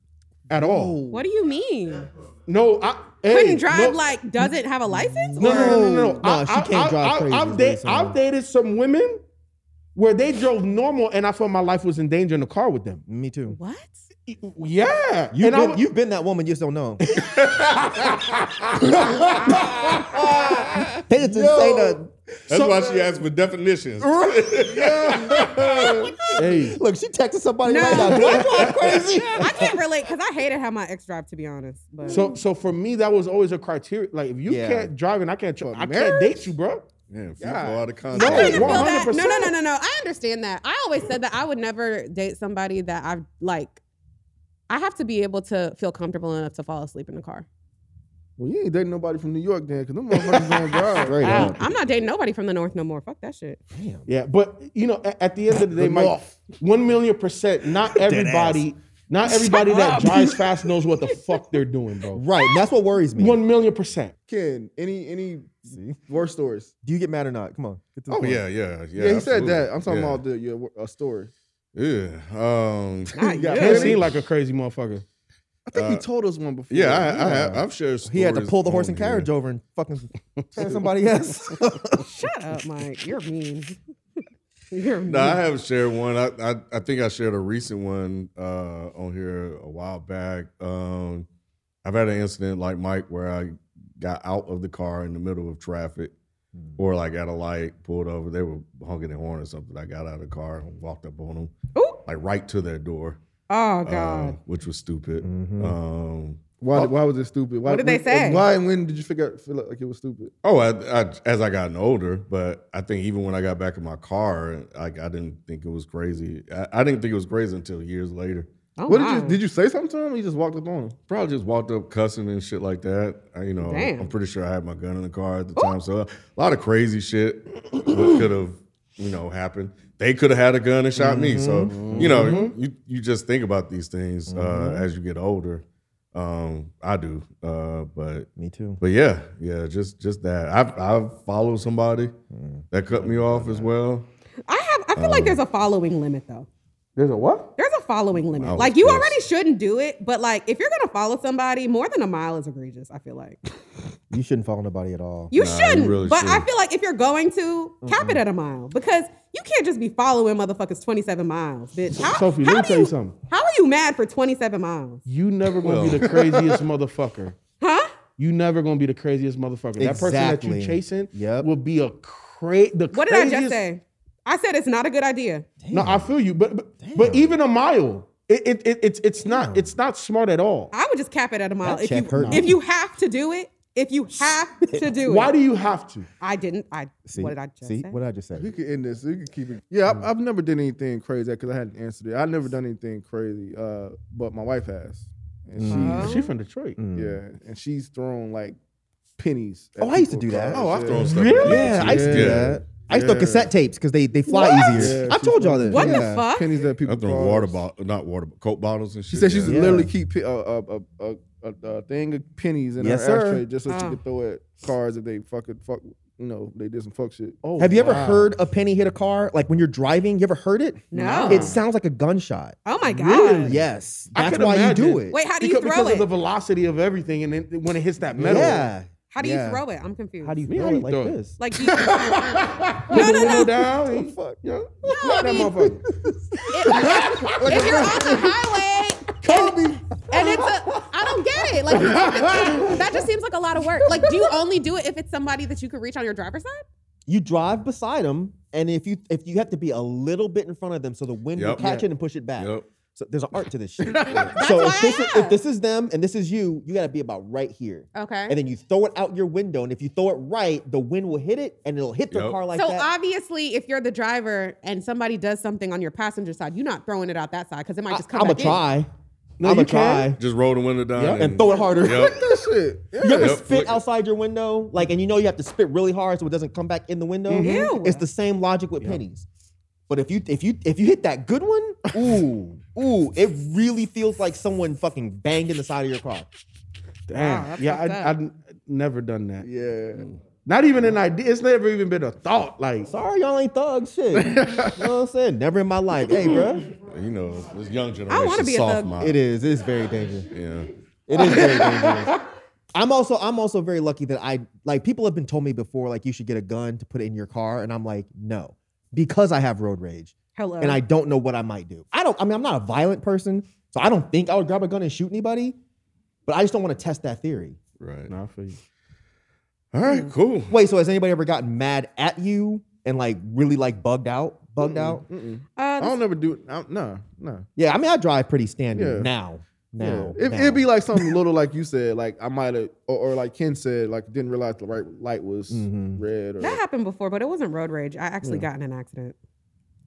at all.
What do you mean?
No, I hey,
Couldn't drive
no.
like doesn't have a license?
No, no, no, no, no.
No,
I-
she
I-
can't
I-
drive
I-
crazy, is
I've,
what you're
da-
saying.
I've dated some women where they drove normal, and I felt my life was in danger in the car with them.
Me too.
What?
Yeah,
You've
and I
been,
wa-
you've been that woman. You just don't know. they just didn't say nothing.
That's why she asked for definitions.
hey,
Look, she texted somebody
No.
right now. Do I drive crazy?
I can't relate because I hated how my ex drive to be honest. But
so so for me that was always a criteria. Like if you
Yeah.
can't drive and I can't, tr- I can't date you, bro.
Man, people out of
No,
I didn't feel
context.
that. No, no,
100%.
no, no, no. I understand that. I always said that I would never date somebody that I've like. I have to be able to feel comfortable enough to fall asleep in the car.
Well, you ain't dating nobody from New York, then, because them motherfuckers don't drive.
Straight up.
I'm not dating nobody from the north no more. Fuck that shit.
Yeah, but you know, at, at the end of the day, Mike, one million percent. Not everybody, not everybody that drives fast knows what the fuck they're doing, bro.
Right. and that's what worries me.
One million percent.
Ken, any any war stories?
Do you get mad or not? Come on. Get to the
Oh
point.
yeah, yeah, yeah.
Yeah, he
absolutely.
said that. I'm talking
Yeah.
about the your a story.
Yeah. Um, uh,
You got
Can't
any?
seem like a crazy motherfucker.
I think you told us one before.
yeah, I, I, I've shared.
He had to
stories
pull the horse
on
and carriage
here.
over and fucking send somebody else.
Shut up, Uh, Mike. You're mean. You're mean.
No, I have shared one. I, I I think I shared a recent one uh, on here a while back. Um, I've had an incident like Mike where I got out of the car in the middle of traffic,
Hmm.
or like at a light, pulled over. They were honking their horn or something. I got out of the car and walked up on them,
Ooh.
like right to their door,
oh
uh,
God. Mm-hmm.
which was stupid. Um,
Why, why was it stupid? Why,
What did they
when-
say?
Why and when did you figure out, feel like it was stupid?
Oh, I, I, as I gotten older, but I think even when I got back in my car, like I didn't think it was crazy. I, I didn't think it was crazy until years later.
oh,
what
wow.
did you did you say something to him? Or you just walked up on him.
Probably just walked up cussing and shit like that. I, you know,
Damn.
I'm pretty sure I had my gun in the car at the time, so a lot of crazy shit could have, you know, happened. They could have had a gun and shot me. So you know, you you just think about these things uh, as you get older. Um, I do, uh, but
me too.
but yeah, yeah, just just that. I've I've followed somebody that cut me off as well.
I have. I feel like there's a following limit though.
um, There's a what? Oh,
There's a following limit.
was
like you
pissed.
already shouldn't do it, but like if you're gonna follow somebody, more than a mile is egregious. I feel like
You shouldn't follow nobody at all.
you
Nah, you
shouldn't.
really
but I
shouldn't.
feel like if you're going to cap it at a mile because you can't just be following motherfuckers 27 miles, bitch. How,
Sophie,
how
let me
do
tell you something.
How are you mad for 27 miles?
You never gonna be the craziest motherfucker.
Huh?
you never gonna be the craziest motherfucker. That person that you
Exactly.
chasing
Yep.
will be a cra- the
What did I
craziest.
just say? I said it's not a good idea.
No, I feel you, but but, but even a mile, it, it, it it's it's not it's not smart at all.
I would just cap it at a mile.
That
If
check
you,
hurt me.
if you have to do it, if you have to do it.
Why do you have to?
I didn't. I.
See,
what did I just
see,
say?
What did I just say?
We could end this. We could keep it. Yeah, I've, I've never done anything crazy because I hadn't answered it. I've never done anything crazy, uh, but my wife has. And she,
Oh.
She from Detroit.
Mm.
Mm.
yeah, and she's thrown like pennies. at
Oh, I used to
people
do that.
across,
Oh, I've
yeah.
thrown stuff.
Yeah, I used to do
Yeah.
that. I used to
Yeah.
throw cassette tapes because they, they fly
What?
easier.
Yeah,
I
she's
told y'all this.
What
yeah.
the fuck?
Pennies that people.
I throw
throw.
water bottle, not water, but Coke bottles and shit.
She said she used to
Yeah.
literally keep uh, pi- a, a, a, a, uh, a, a thing of pennies in
Yes,
her
sir.
ashtray just so she
Oh.
could throw at cars if they fucking fuck. You know, they did some fuck shit. Oh,
Have you ever heard a penny hit a car? Like when you're driving, you ever heard it?
No.
It sounds like a gunshot.
Oh my god.
Yes.
I
That's
could
why you do
imagine.
it.
Wait, how do you
because,
throw
because
it?
of the velocity of everything, and then when it hits that metal,
yeah.
how do you
yeah.
throw it? I'm confused.
How do you
Me,
throw
how
it
you
like
throw it?
this?
Like do you, it,
put the
no,
window
no.
down, and- yeah,
I
that
mean-
motherfucker.
if you're on the highway. And it's a, I don't get it. Like that just seems like a lot of work. Like, do you only do it if it's somebody that you could reach on your driver's side?
You drive beside them, and if you if you have to be a little bit in front of them so the wind will
Yep.
catch it and push it back.
Yep.
So there's an art to this shit.
That's
so
why I
if this, is,
asked.
if this is them and this is you, you gotta be about right here.
Okay.
And then you throw it out your window, and if you throw it right, the wind will hit it and it'll hit the
Yep.
car like
so
that.
obviously, if you're the driver and somebody does something on your passenger side, you're not throwing it out that side because it might just come.
I'm gonna
back in.
try.
No,
I'm
you
gonna try
can.
Just roll the window down
Yep.
and throw it harder.
Yep.
that shit. Yeah.
You ever
Yep.
spit outside your window, like, and you know you have to spit really hard so it doesn't come back in the window.
Ew.
It's the same logic with pennies. But if you if you if you hit that good one, ooh ooh, it really feels like someone fucking banged in the side of your car.
Damn.
oh, that's
yeah, I,
fucked
I,
up.
have never done that. Mm.
Yeah.
Not even an idea. It's never even been a thought. Like,
Sorry, y'all ain't thugs, shit. you know what I'm saying? Never in my life. Hey, bruh.
You know, this young
I
generation
wanna be a
soft
thug.
mind.
It is. It is very dangerous.
Yeah.
It is very dangerous. I'm also I'm also very lucky that I like people have been told me before like you should get a gun to put it in your car, and I'm like no because I have road rage.
Hello.
and I don't know what I might do. I don't. I mean, I'm not a violent person, so I don't think I would grab a gun and shoot anybody. But I just don't want to test that theory.
Right.
nah, I feel you.
All right. Cool.
Wait, so has anybody ever gotten mad at you and like really like bugged out? Bugged out?
I
Uh,
don't never do. I, nah, nah.
Yeah, I mean, I drive pretty standard
Yeah.
now. Now,
It,
now.
it'd be like something little, like you said, like I might have, or, or like Ken said, like didn't realize the right light was
Mm-hmm.
red. Or
that happened before, but it wasn't road rage. I actually got in an accident,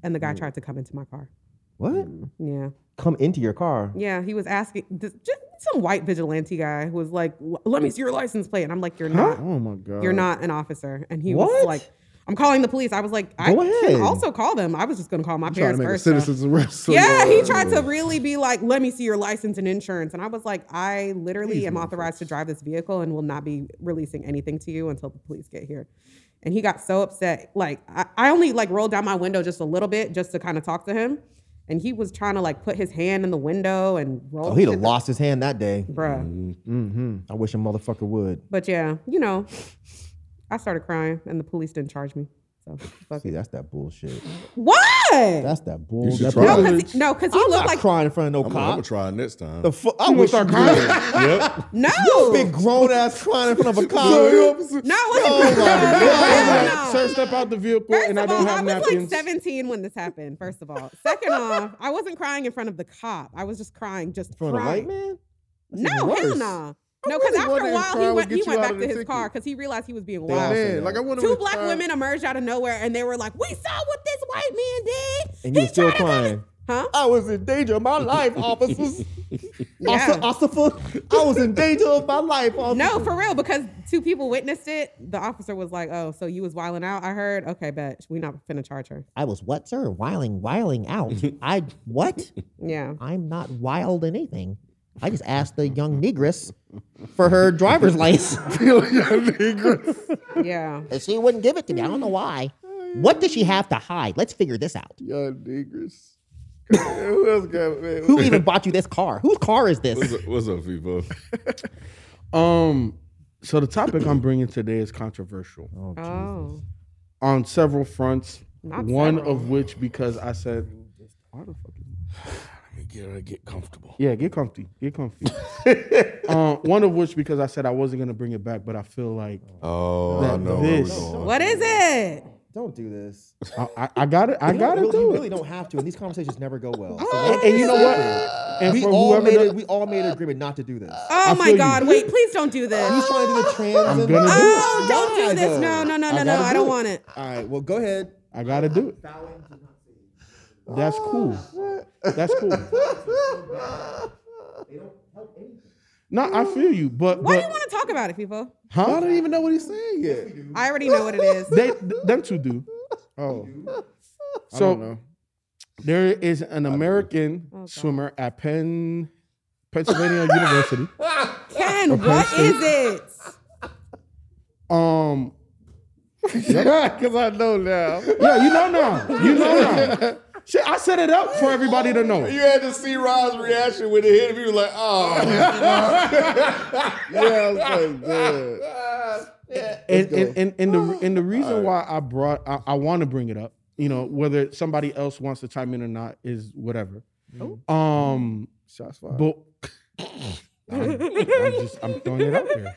and the guy tried to come into my car.
what?
Mm-hmm.
Yeah.
Come into your car?
Yeah, he was asking this, just some white vigilante guy who was like, "L- "Let me see your license plate," and I'm like, "You're not,
oh my god,
you're not an officer." And he was
What?
like, "I'm calling the police." I was like, "I
Go
can
ahead.
also call them." I was just gonna call my parents
trying to make a
first. though.
citizen's arrest. so,
yeah,
uh,
he tried to really be like, "Let me see your license and insurance," and I was like, "I literally am authorized to drive this vehicle and will not be releasing anything to you until the police get here." And he got so upset. Like I, I only like rolled down my window just a little bit just to kind of talk to him. And he was trying to like put his hand in the window and roll.
Oh, Mm. he'd have
shit
lost his hand that day.
bruh.
I wish a motherfucker would.
But yeah, you know, I started crying and the police didn't charge me. So fuck
See,
it.
that's that bullshit.
What?
That's that bull.
should
that
try
no,
it.
bull-
because he, no, 'cause he
I'm
looked
not
like
crying in front of no
I'm gonna, I'm gonna
cop.
try it next time.
The fu- I wish I cried.
yep.
no.
Big grown ass crying in front of a cop.
No, it wasn't.
my
No,
God.
no.
Sir, step out the vehicle,
First
and
of
I don't
all, I
have
was like
napkins.
17 when this happened. First of all, second off, I wasn't crying in front of the cop. I was just crying, just
front of a
crying.
white man?
no, hell nah. No, because
really
after a
wonder if
while he
crime would
went, he
get you
went
out
back
of
to
the
his
ticket.
car because he realized he was being
They
wild.
all say
Man,
that.
like I wonder.
Two
if
black
crime-
women emerged out of nowhere and they were like, "We saw what this white man did."
And you
He
were still
tried to-
crying.
huh?
I was in danger of my life, officers.
Yeah.
Officer, officer, I was in danger of my life, officer.
No, for real, because two people witnessed it. The officer was like, "Oh, so you was wiling out? I heard. Okay, bet we not finna charge her.
I was what, sir? Wiling, wiling out. I what?
Yeah,
I'm not wild anything. I just asked the young negress for her driver's license,
yeah.
and she wouldn't give it to me. I don't know why. What does she have to hide? Let's figure this out.
Young niggas. Who else got man?
Who even bought you this car? Whose car is this?
What's up, what's up Vivo?
um, so the topic I'm bringing today is controversial
Oh,
on several fronts.
Not
one
several.
of which, because I said,
me get her get comfortable.
Yeah, get comfy. Get comfy. uh, one of which, because I said I wasn't going to bring it back, but I feel like
Oh, I
That-
know where we're
this-
going.
What is it?
Don't do this.
I, I, I got it. I
You
got to
really,
do
You
it.
really don't have to, and these conversations never go well. So
And, and you know what? And
we
for
all
whoever Uh,
made
does-
it, we all made an agreement not to do this.
Oh
I
my
feel you.
God. Wait, please don't do this.
He's trying to do the trans.
I'm
and-
gonna do it.
Oh, don't do this. No, no, no, no, no.
gotta
I
do
don't
it.
want it.
All right, well, go ahead.
I got to do it. That's cool. That's cool. No, I feel you, but,
Why do
but
you want to talk about it, people?
huh?
I don't even know what he's saying yet.
I already know what it is.
They, them two do.
Oh, I
So
don't know.
There is an American swimmer at Penn, Pennsylvania University.
Ken, what
state.
is it?
Um,
Because I know now.
yeah, you know now. You know now. Shit, I set it up for everybody to know.
You had to see Rod's reaction when it hit him. He was like, "Oh,
Yeah, I was like, man.
and, and, and, and the and the reason why I brought I, I want to bring it up, you know, whether somebody else wants to chime in or not is whatever. Um,
Shots fired.
but I'm, I'm just I'm throwing it out there.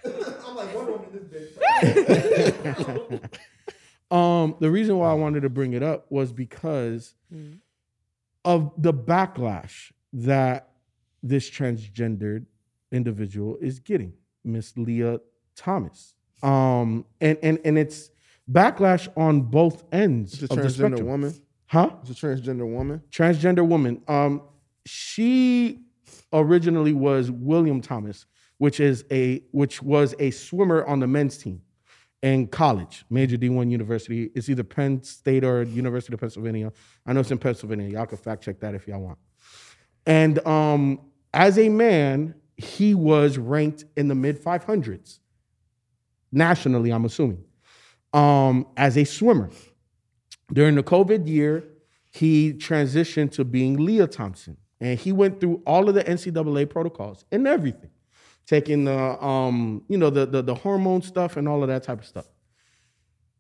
um, the reason why I wanted to bring it up was because of the backlash that this transgendered individual is getting, Miss Leah Thomas. Um, and and and it's backlash on both ends
It's a
of the
transgender
spectrum.
woman.
huh?
It's a transgender woman.
transgender woman. Um, she originally was William Thomas, which is a which was a swimmer on the men's team in college, major D one university. It's either Penn State or University of Pennsylvania. I know it's in Pennsylvania. Y'all can fact check that if y'all want. And um, as a man, he was ranked in the mid five hundreds nationally. I'm assuming um, as a swimmer during the COVID year he transitioned to being Leah Thompson. And he went through all of the NCAA protocols and everything, taking the um, you know, the, the the hormone stuff and all of that type of stuff.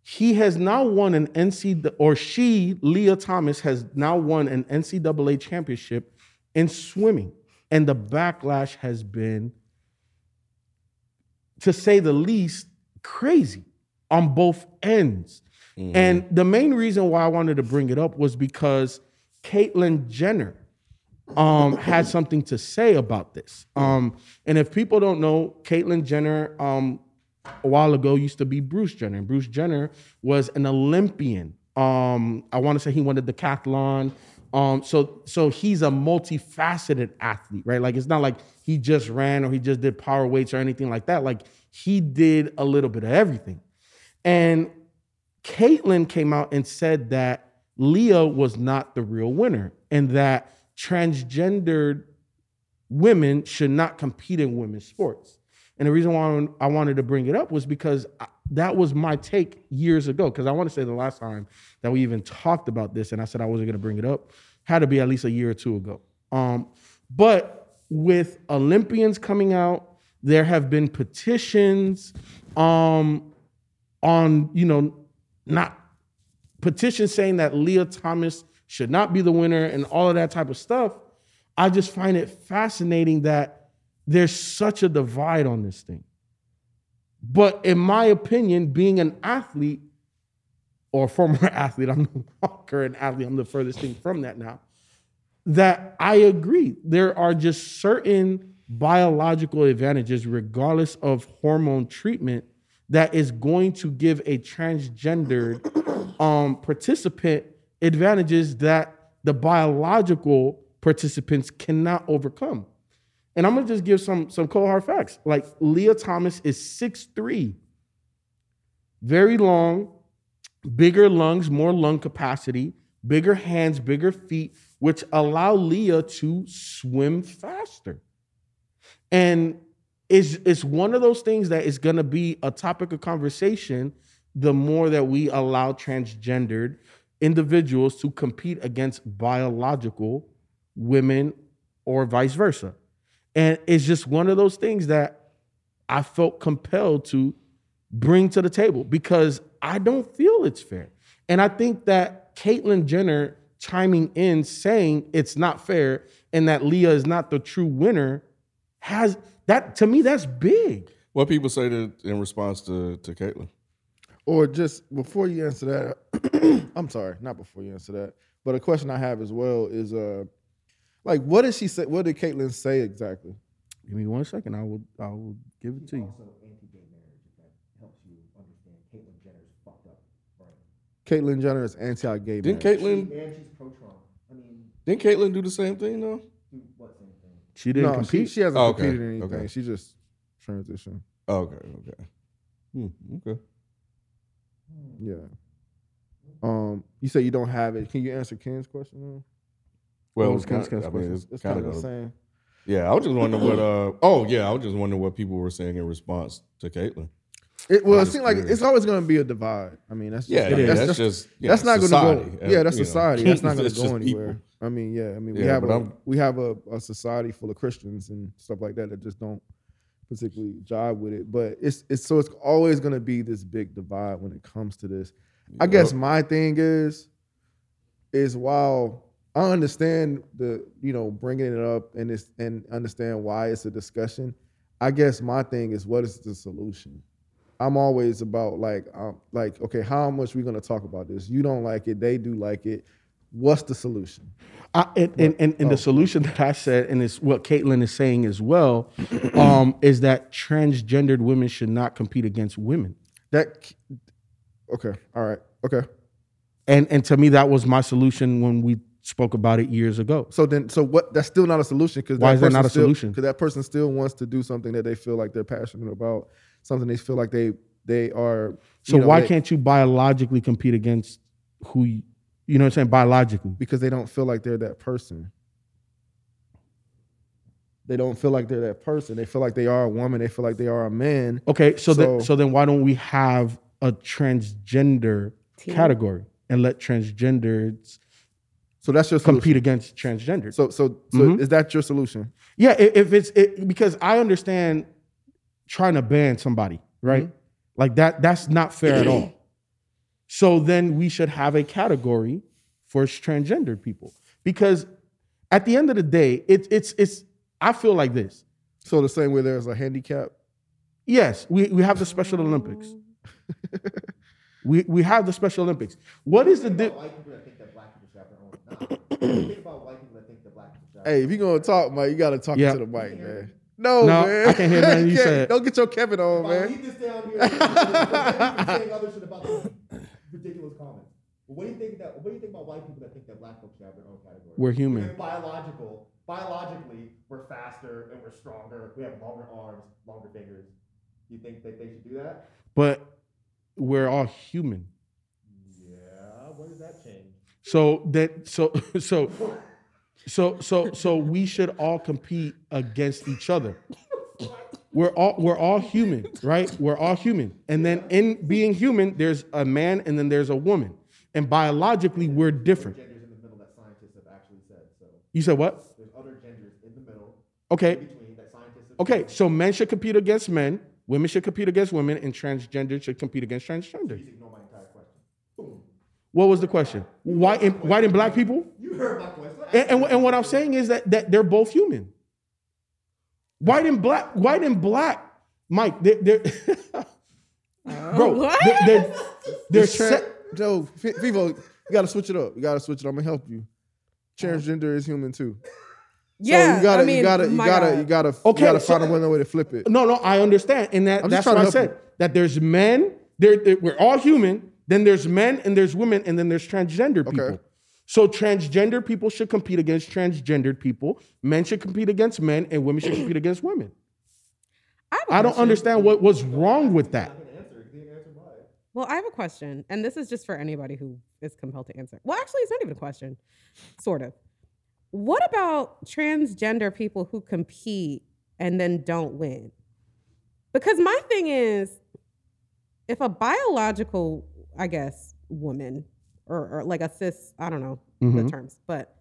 He has now won an NCAA, or she, Leah Thomas, has now won an NCAA championship in swimming. And the backlash has been, to say the least, crazy on both ends. And the main reason why I wanted to bring it up was because Caitlyn Jenner um, had something to say about this. Um, and if people don't know, Caitlyn Jenner um, a while ago used to be Bruce Jenner. And Bruce Jenner was an Olympian. Um, I want to say he won the decathlon. Um, so so he's a multifaceted athlete, right? Like it's not like he just ran or he just did power weights or anything like that. Like he did a little bit of everything. And Caitlyn came out and said that Leah was not the real winner and that transgendered women should not compete in women's sports. And the reason why I wanted to bring it up was because I- that was my take years ago. Because I want to say the last time that we even talked about this, and I said I wasn't going to bring it up, had to be at least a year or two ago. Um, but with Olympians coming out, there have been petitions. Um, on you know not petition saying that Leah Thomas should not be the winner and all of that type of stuff. I just find it fascinating that there's such a divide on this thing. But in my opinion, being an athlete or former athlete, I'm no longer an athlete, I'm the furthest thing from that now. That I agree. There are just certain biological advantages, regardless of hormone treatment, that is going to give a transgendered um, participant advantages that the biological participants cannot overcome. And I'm gonna just give some some cold hard facts. Like Leah Thomas is 6'3, very long, bigger lungs, more lung capacity, bigger hands, bigger feet, which allow Leah to swim faster. And it's it's one of those things that is gonna be a topic of conversation the more that we allow transgendered individuals to compete against biological women or vice versa. And it's just one of those things that I felt compelled to bring to the table because I don't feel it's fair. And I think that Caitlyn Jenner chiming in saying it's not fair and that Leah is not the true winner has that to me that's big.
What people say to, in response to to Caitlyn?
Or just before you answer that, I'm sorry, not before you answer that. But a question I have as well is, uh, like, what did she say? What did Caitlyn say exactly?
Give me one second, I will I will give it to you.
Caitlyn Jenner is anti-gay.
Didn't
marriage.
Caitlyn? Didn't Caitlyn do the same thing though?
She didn't
no,
compete.
She, she hasn't
Oh, okay,
competed in anything.
okay.
She just transitioned.
Oh, okay, okay, hmm, okay.
Yeah. Um, you say you don't have it. Can you answer Ken's question? now?
Well,
Well,
it's
can-
kind
can-
of, I mean, it's,
It's
kind of,
the same.
yeah. I was just wondering what. Uh, oh, yeah. I was just wondering what people were saying in response to Caitlyn.
It well,
I'm
it
just
seems like
curious.
it's always going to be a divide. I mean, that's just,
Yeah,
that's,
that's,
just,
just you
that's
know,
not going
society,
to go.
and,
Yeah, that's
you know,
society. That's not going
it's
to
just
go anywhere.
people.
I mean, yeah. I mean, we
Yeah,
have
but
a,
I'm-
we have a, a society full of Christians and stuff like that that just don't particularly jive with it. But it's it's so it's always going to be this big divide when it comes to this. I guess my thing is, is while I understand the you know bringing it up and it's and understand why it's a discussion, I guess my thing is what is the solution? I'm always about like um, like okay, how much we gonna talk about this? You don't like it, they do like it. What's the solution?
I, and and, and,
Oh.
and the solution that I said, and it's what Caitlyn is saying as well, um, is that transgendered women should not compete against women.
That okay, all right, okay.
And and to me, that was my solution when we spoke about it years ago.
So then, so what? That's still not a solution because
Why is that not a solution?
Because that person still wants to do something that they feel like they're passionate about, something they feel like they they are.
So
you know,
why
they-
can't you biologically compete against who you, you know what I'm saying? Biologically.
because they don't feel like they're that person. They don't feel like they're that person. They feel like they are a woman. They feel like they are a man.
Okay, so then
So-
so then why don't we have a transgender
Team.
category and let transgenders
So that's your solution.
compete against transgenders?
So so so
Mhm.
is that your solution?
Yeah, i- if it's it, because I understand trying to ban somebody, right?
Mm-hmm.
Like that that's not fair at all. So then we should have a category for transgendered people because at the end of the day, it's it's it's I feel like this.
So the same way there's a handicap.
Yes, we, we have the Special Olympics. we we have the Special Olympics. What is the di-
Hey, if you're gonna talk, Mike, you gotta talk
Yeah.
to the mic, man. No,
No,
man.
I can't hear nothing you
Can't.
said.
Don't get your Kevin on, man.
Leave this down here. saying other shit about this ridiculous comments. But what do you think that? What do you think about white people that think that black folks should have their own category?
We're human.
We're biological. Biologically, we're faster and we're stronger. We have longer arms, longer fingers. You think that they should do that?
But we're all human.
Yeah. What does that change?
So that so so so so so we should all compete against each other. We're all we're all human, right? We're all human. And then in being human, there's a man and then there's a woman. And biologically we're different.
Genders in the middle that scientists have actually said. So
You said what?
there's other genders in the middle.
Okay.
In between that scientists. Have
Okay, so men should compete against men, women should compete against women, and transgender should compete against transgender.
Ignore my entire question.
What was the question? White and white and black people?
You heard my question.
And, and, and what I'm saying is that that they're both human. White and black, white and black, Mike. They're, they're bro.
what?
They're, they're, they're
Tra-
se-
Joe, F- Fivo, you gotta switch it up. You gotta switch it. I'm gonna help you. Transgender is human too.
Yeah,
so you gotta,
I mean,
you gotta, you
my
gotta,
God.
you gotta,
Okay,
you gotta
so-
find a way to flip it.
no, no. I understand, and that,
I'm
that's
just
what
trying
I
to help
said. That there's men. There, there- we're all human. Then there's men, and there's women, and then there's transgender people. So transgender people should compete against transgendered people. Men should compete against men, and women should compete against women.
have a
I don't
question.
understand what was wrong with that.
Well, I have a question, and this is just for anybody who is compelled to answer. Well, actually, it's not even a question, sort of. What about transgender people who compete and then don't win? Because my thing is, if a biological, I guess, woman or, or like a cis, I don't know the
Mhm.
terms, but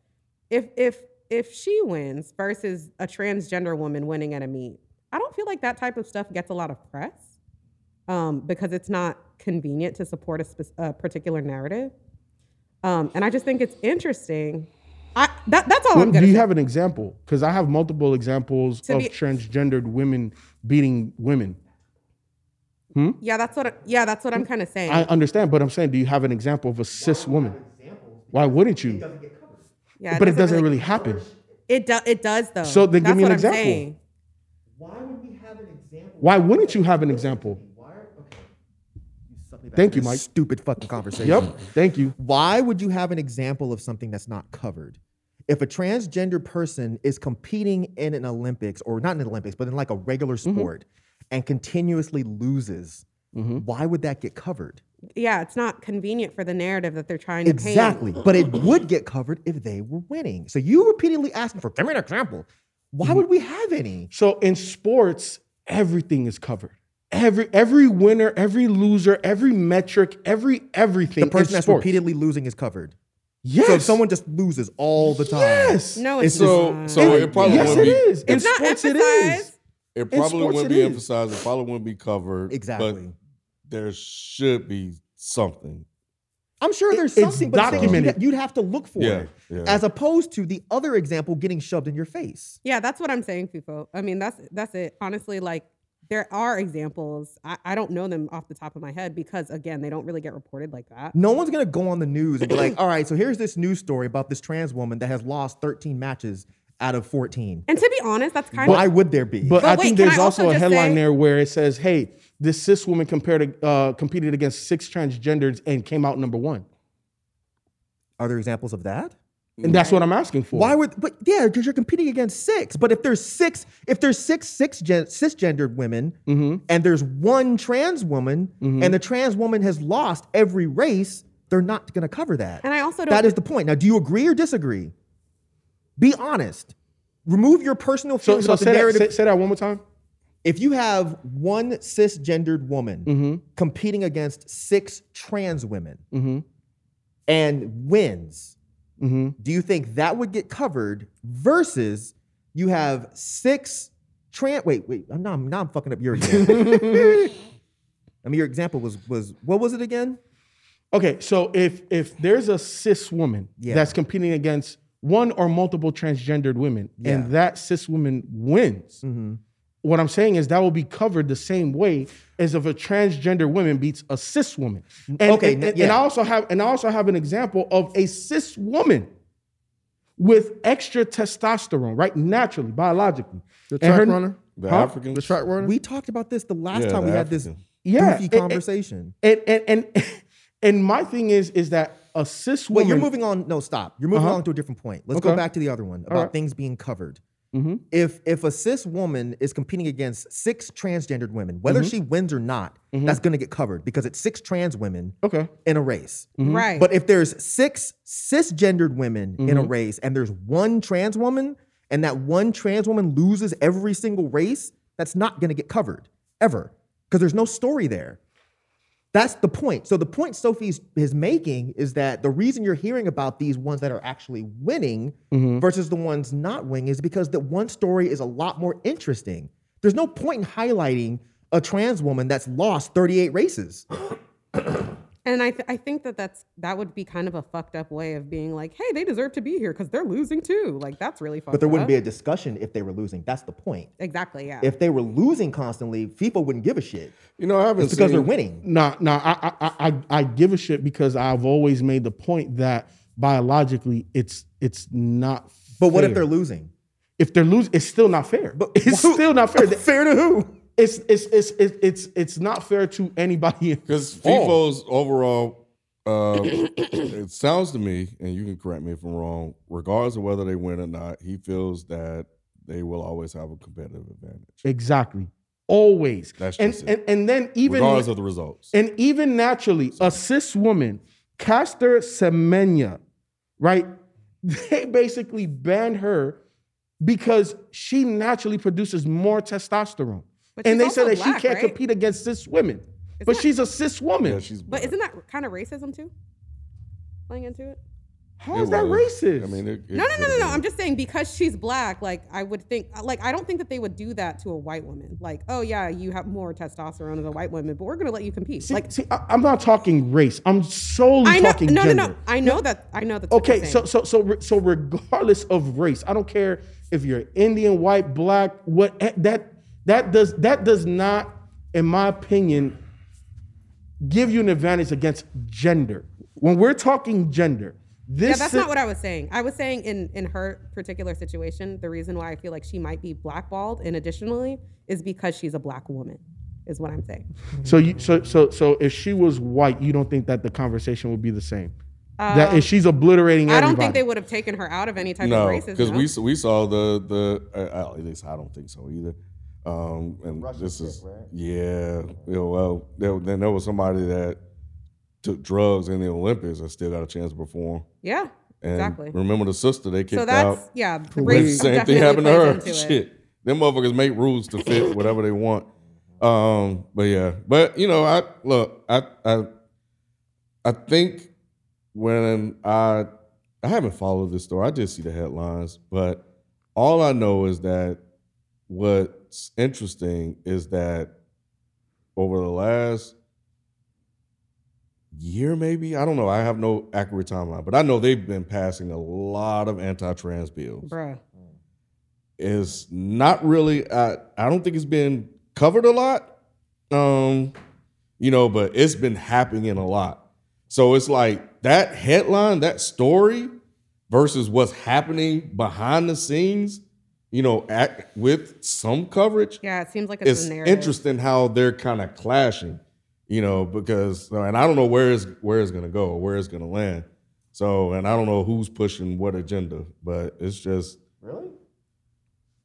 if if if she wins versus a transgender woman winning at a meet, I don't feel like that type of stuff gets a lot of press um, because it's not convenient to support a, spec- a particular narrative. Um, and I just think it's interesting. I that, that's all Oh, I'm
do
gonna
you
say.
have an example? Because I have multiple examples
To
of
be-
transgendered women beating women.
yeah, that's what. I- yeah, that's what I'm kind of saying.
I understand, but I'm saying, do you have an example of a cis woman? Why wouldn't you?
yeah,
but it doesn't really, happen.
It does. It does though.
So then give
That's
me an
what I'm
example.
saying.
Why wouldn't you have an example? Thank you, Mike.
Stupid fucking conversation.
Yep. Thank you.
Why would you have an example of something that's not covered? If a transgender person is competing in an Olympics, or not in an Olympics, but in like a regular
Mm-hmm.
sport, and continuously loses, why would that get covered?
Yeah, it's not convenient for the narrative that they're trying to paint.
Exactly. But it would get covered if they were winning. So you repeatedly asking for, give me an example.
Mm-hmm.
Why would we have any?
So in sports, everything is covered. Every every winner, every loser, every metric, every everything.
The person
in
that's
sports.
repeatedly losing is covered.
Yes.
So if someone just loses all the time.
yes.
No, it's
So,
not.
so it probably
yes,
wouldn't
it
be.
is. In
It's not
sports, it
emphasized.
is.
It
In
probably
sports,
wouldn't
it
be
is.
emphasized. It probably wouldn't be covered.
Exactly.
But there should be something.
I'm sure there's
it's
something, but the thing is you'd,
documented.
you'd have to look for
Yeah,
it,
yeah.
as opposed to the other example getting shoved in your face.
Yeah, that's what I'm saying, people. I mean, that's that's it. Honestly, like there are examples. I, I don't know them off the top of my head because again, they don't really get reported like that.
No one's gonna go on the news and be like, "All right, so here's this news story about this trans woman that has lost 13 matches out of 14."
And to be honest, that's kind
Why
of
would there be?
But,
But
I
wait,
think
can
there's
I also
also, a
just
headline
say-
there where it says, "Hey, this cis woman compared to, uh, competed against six transgenders and came out number one."
Are there examples of that?
And that's what I'm asking for.
Why would? But yeah, because you're competing against six. But if there's six, if there's six six gen, cisgendered women,
Mm-hmm.
and there's one trans woman, and the trans woman has lost every race, they're not going to cover that.
And I also don't-
that is the point. Now, do you agree or disagree? Be honest. Remove your personal
So,
feelings
so
about
say,
the
that,
narrative.
say, say that one more time.
if you have one cisgendered woman
Mm-hmm.
competing against six trans women
Mm-hmm.
and wins, do you think that would get covered versus you have six trans? Wait, wait, I'm not, now I'm fucking up your example. I mean, your example was was what was it again?
Okay, so if if there's a cis woman
Yeah.
that's competing against one or multiple transgendered women,
Yeah. Mm-hmm.
and that cis woman wins, what I'm saying is that will be covered the same way as if a transgender woman beats a cis woman. And,
Okay,
and, and
yeah.
I also have and I also have an example of a cis woman with extra testosterone, right? Naturally, biologically.
The
And her-
track runner.
The
Huh?
African.
The track runner.
We talked about this the last
Yeah,
time
the
we had this
African.
Yeah,
goofy
it- it-
conversation.
And and and and my thing is is that a cis woman
Wait, you're moving on. No, stop. You're moving
Uh-huh.
on to a different point. Let's go
Okay. Mm-hmm.
back to the other one about
right.
things being covered. If if a cis woman is competing against six transgendered women, whether
Mm-hmm.
she wins or not, that's going to get covered because it's six trans women
Okay.
in a race.
right.
But if there's six cisgendered women in a race and there's one trans woman, and that one trans woman loses every single race, that's not going to get covered ever because there's no story there. That's the point. So the point Sophie's is making is that the reason you're hearing about these ones that are actually winning versus the ones not winning is because that one story is a lot more interesting. There's no point in highlighting a trans woman that's lost 38 races.
and I th- I think that that's that would be kind of a fucked up way of being like, hey, they deserve to be here because they're losing too. Like that's really fucked.
But there wouldn't be a discussion if they were losing. That's the point.
exactly. Yeah.
If they were losing constantly, FIFA wouldn't give a shit.
You know, I haven't
It's because
seen-
they're winning.
Nah, nah. I, I, I, I give a shit because I've always made the point that biologically, it's, it's not.
But what if
fair.
they're losing?
If they're losing, it's still not fair. But it's
who-
still not fair.
Fair to who?
It's, it's, it's, it's, it's, it's not fair to anybody.
Because
involved.
FIFO's overall, uh, it sounds to me, and you can correct me if I'm wrong, regardless of whether they win or not, he feels that they will always have a competitive advantage,
exactly, always.
That's
and,
just it.
and and then even
regardless of the results.
And even naturally, a cis woman, Castor Semenya, right? They basically banned her because she naturally produces more testosterone.
But
And
she's
they said
also
that
black,
she can't
right?
compete against cis women. but she's a cis woman.
yeah, she's
but
black.
isn't that kind of racism too? Playing into it.
How is that racist?
I mean, it, it
No, no, no, no,
could've
no.
been.
I'm just saying because she's black, like I would think, uh, like I don't think that they would do that to a white woman. Like, oh yeah, you have more testosterone as a white woman, but we're gonna let you compete.
see,
like,
see, I, I'm not talking race. I'm solely
I know,
talking
no, no,
gender.
no. I know that. I know that.
Okay, so so so re- so regardless of race, I don't care if you're Indian, white, black, what eh, that that does that does not, in my opinion, give you an advantage against gender. When we're talking gender, this
Yeah, that's
si-
not what I was saying. I was saying in in her particular situation, the reason why I feel like she might be blackballed, and additionally, is because she's a black woman. Is what I'm saying.
So you so so so if she was white, you don't think that the conversation would be the same. that if she's obliterating
Um, I don't
everybody.
think they would have taken her out of any type of
no,
racism.
because we s- we saw the the uh, uh, at least I don't think so either. Um, and this is yeah, you know, well, there, then there was somebody that took drugs in the Olympics and still got a chance to perform.
yeah,
And
exactly.
Remember the sister they kicked
So that's
out.
yeah. The
That
race
same
definitely
thing happened to her.
plays into it.
Shit, them motherfuckers make rules to fit whatever they want. Um, but yeah, but you know, I look, I I I think when I I haven't followed this story, I just see the headlines, but all I know is that what's interesting is that over the last year, maybe I don't know, I have no accurate timeline, but I know they've been passing a lot of anti-trans bills
Bruh.
is not really I, I don't think it's been covered a lot um you know but it's been happening a lot so it's like that headline that story versus what's happening behind the scenes you know act with some coverage
Yeah, it seems like it's,
it's
a narrative.
interesting how they're kind of clashing, you know, because uh, and I don't know where is where it's gonna go, where it's gonna land. So, and I don't know who's pushing what agenda, but it's just really.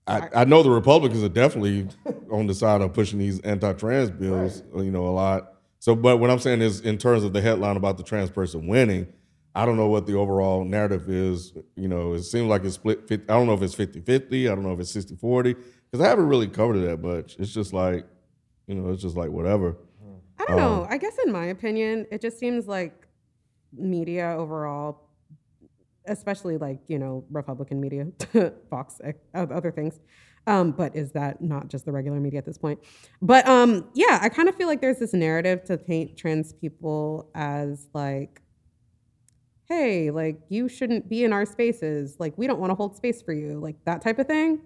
I, I know the Republicans are definitely on the side of pushing these anti-trans bills, you know, a lot. So, but what I'm saying is, in terms of the headline about the trans person winning, I don't know what the overall narrative is. You know, it seems like it's split. 50, I don't know if it's 50 50. I don't know if it's 60 40. Because I haven't really covered it that much. It's just like, you know, it's just like whatever.
I don't know. I guess in my opinion, it just seems like media overall, especially like you know Republican media, Fox, eh, oth- other things. Um, but is that not just the regular media at this point? But um, yeah, I kind of feel like there's this narrative to paint trans people as like hey, like you shouldn't be in our spaces. Like we don't want to hold space for you, like that type of thing.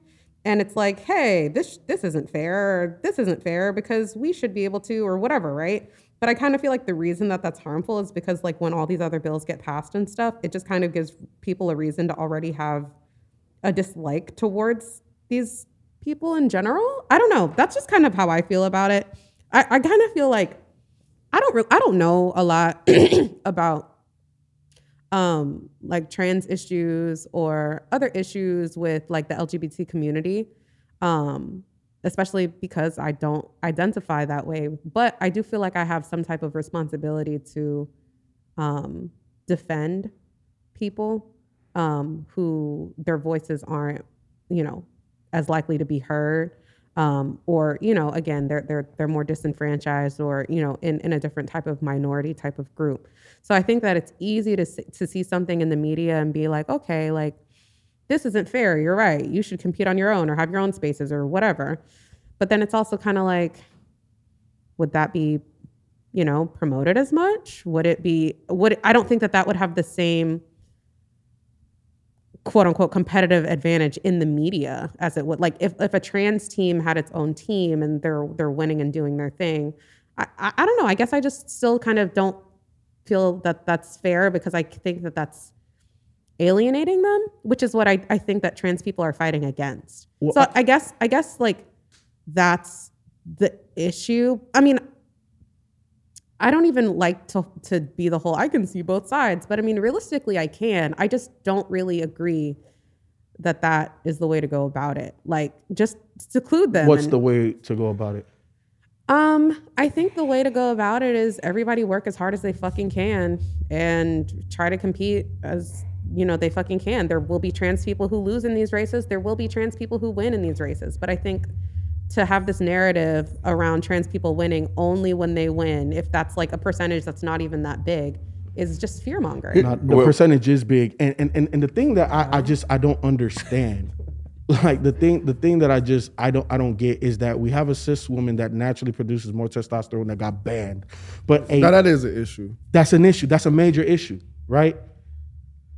And it's like, hey, this this isn't fair. Or this isn't fair because we should be able to, or whatever, right? But I kind of feel like the reason that that's harmful is because like when all these other bills get passed and stuff, it just kind of gives people a reason to already have a dislike towards these people in general. I don't know. That's just kind of how I feel about it. I, I kind of feel like I don't re- I don't know a lot about um, like trans issues or other issues with like the LGBT community, um, especially because I don't identify that way. But I do feel like I have some type of responsibility to um, defend people um, who their voices aren't, you know, as likely to be heard. Um, or you know, again, they're they're they're more disenfranchised, or you know, in, in a different type of minority type of group. So I think that it's easy to see, to see something in the media and be like, okay, like this isn't fair. You're right. You should compete on your own or have your own spaces or whatever. But then it's also kind of like, would that be, you know, promoted as much? Would it be? Would I don't think that that would have the same quote unquote competitive advantage in the media as it would like if, if a trans team had its own team and they're they're winning and doing their thing I, I i don't know i guess i just still kind of don't feel that that's fair because i think that that's alienating them which is what i, I think that trans people are fighting against so I, guess i guess like that's the issue i mean I don't even like to to be the whole I can see both sides, but I mean realistically I can. I just don't really agree that that is the way to go about it. Like just seclude them.
What's
and-
the way to go about it?
um, I think the way to go about it is everybody work as hard as they fucking can and try to compete as you know they fucking can. There will be trans people who lose in these races. There will be trans people who win in these races. But I think to have this narrative around trans people winning only when they win, if that's like a percentage that's not even that big, is just fear mongering.
Not- the percentage is big, and and and, and the thing that I, I just I don't understand, like the thing the thing that I just I don't I don't get is that we have a cis woman that naturally produces more testosterone that got banned, but a
Now that is an issue.
that's an issue. That's a major issue, right?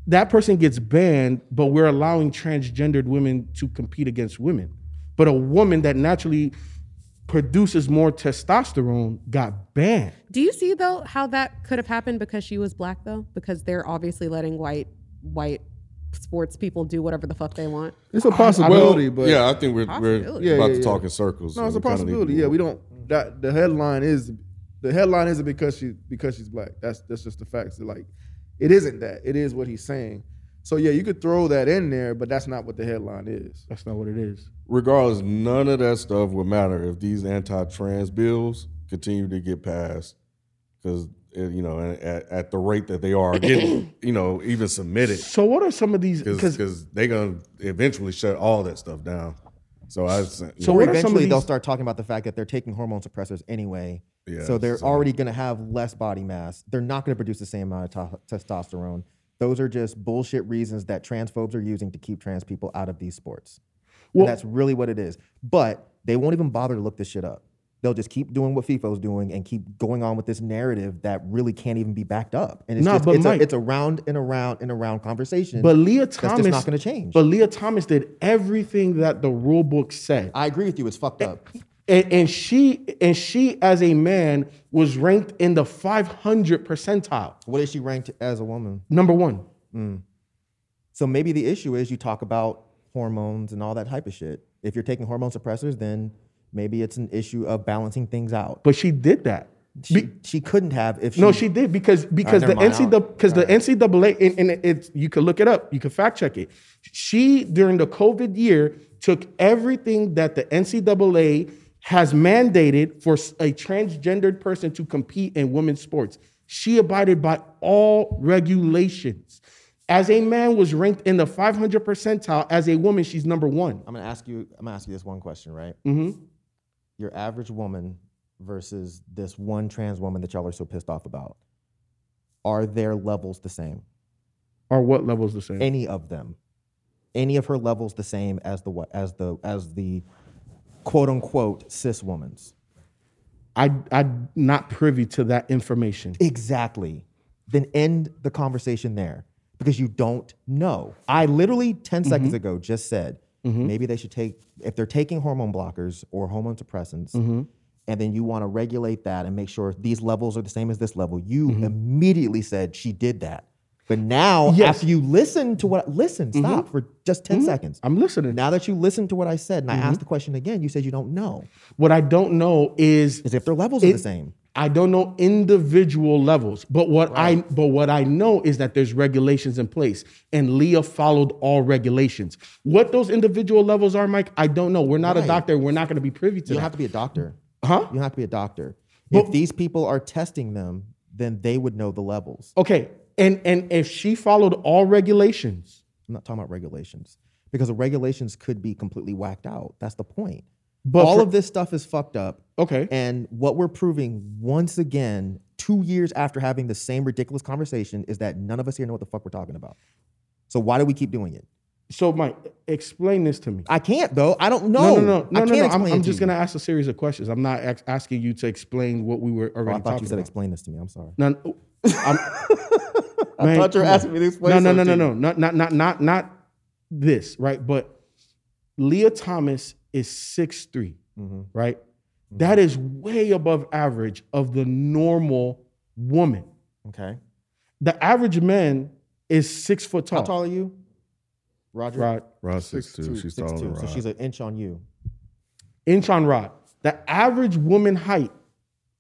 That person gets banned, but we're allowing transgendered women to compete against women. But a woman that naturally produces more testosterone got banned.
Do you see though how that could have happened because she was black though? Because they're obviously letting white white sports people do whatever the fuck they want.
It's a possibility, but
yeah, I think we're, we're
Possibility.
Yeah,
about
yeah,
to
yeah.
talk in circles.
no,
and
Oh, it's a
we kinda need to
possibility.
move
Yeah,
on.
we don't. That the headline is the headline isn't because she because she's black. That's that's just the facts. Like, it isn't that. It is what he's saying. So yeah, you could throw that in there, but that's not what the headline is.
That's not what it is.
regardless, none of that stuff would matter if these anti-trans bills continue to get passed, because you know at, at the rate that they are getting, you know, even submitted,
So what are some of these? Because
because they're gonna eventually shut all that stuff down. So I just,
So
Or
what are some of
eventually they'll
these-
start talking about the fact that they're taking hormone suppressors anyway.
Yeah,
so they're
so-
already going to have less body mass. They're not going to produce the same amount of to- testosterone. Those are just bullshit reasons that transphobes are using to keep trans people out of these sports.
Well-
and that's really what it is. But they won't even bother to look this shit up. They'll just keep doing what FIFO's doing and keep going on with this narrative that really can't even be backed up. And it's
Nah,
just
but
it's,
Mike-
a, it's a round and around and around conversation.
but Leah
that's just
Thomas
not gonna change.
But Leah Thomas did everything that the rule book said.
I agree with you. It's
Eh,
fucked up.
and, and she and she as a man was ranked in the 500 percentile
What is she ranked as a woman?
number one
So maybe the issue is you talk about hormones and all that type of shit. If you're taking hormone suppressors, then maybe it's an issue of balancing things out.
but she did that
She, she couldn't have if she,
no she did because because
Oh, never
the
mind.
NCAA because the NCAA and, and it's you can look it up you can fact check it she during the COVID year took everything that the NCAA has mandated for s- a transgendered person to compete in women's sports she abided by all regulations as a man was ranked in the 500 percentile as a woman she's number one
I'm gonna ask you. I'm gonna ask you this one question, right?
hmm
Your average woman versus this one trans woman that y'all are so pissed off about. Are their levels the same?
Are what levels the same?
Any of them? Any of her levels the same as the wha- as the as the quote unquote cis woman's?
I I'm not privy to that information.
Exactly. Then end the conversation there because you don't know. I literally 10
Mm-hmm.
seconds ago just said maybe they should take, if they're taking hormone blockers or hormone suppressants,
Mm-hmm.
and then you want to regulate that and make sure these levels are the same as this level, you
Mm-hmm.
immediately said she did that. But now,
Yes. Mm-hmm.
after you listen to what, listen, stop for just 10 seconds.
I'm Mm-hmm. listening.
now that you listened to what I said and I asked the question again, you said you don't know.
What I don't know is
Is if their levels are the
It-
same.
I don't know individual levels, but what I but what I know is that there's regulations in place, and Leah followed all regulations. What those individual levels are, Mike, I don't know. We're not a
Right.
doctor. We're not going to be privy
You
to that.
don't have to be a doctor.
Huh?
You don't have to be a doctor.
But-
if these people are testing them, then they would know the levels.
okay, and and if she followed all regulations,
I'm not talking about regulations because the regulations could be completely whacked out. That's the point.
But
all
for-
of this stuff is fucked up.
Okay.
And what we're proving once again, two years after having the same ridiculous conversation, is that none of us here know what the fuck we're talking about. So why do we keep doing it?
so Mike, explain this to me.
I can't though. I don't know. I
no, no, no, no,
can't
no. I'm,
explain it
I'm
to
just
you.
going to ask a series of questions. I'm not ex- asking you to explain what we were
Oh,
already
I thought
talking
you said
about.
explain this to me. I'm sorry.
No, no, I'm, Man,
thought you were
come on.
asking me to explain
No, no, no, no,
something.
no, not, not, not, not, not this, right? But Leah Thomas is 6'3",
Mm-hmm.
right? That is way above average of the normal woman.
Okay.
The average man is six foot tall.
How tall are you, Roger?
Rod,
Rod's six two. She's
Six
taller
two.
than
So
Rod.
she's an inch on you.
inch on rod. The average woman height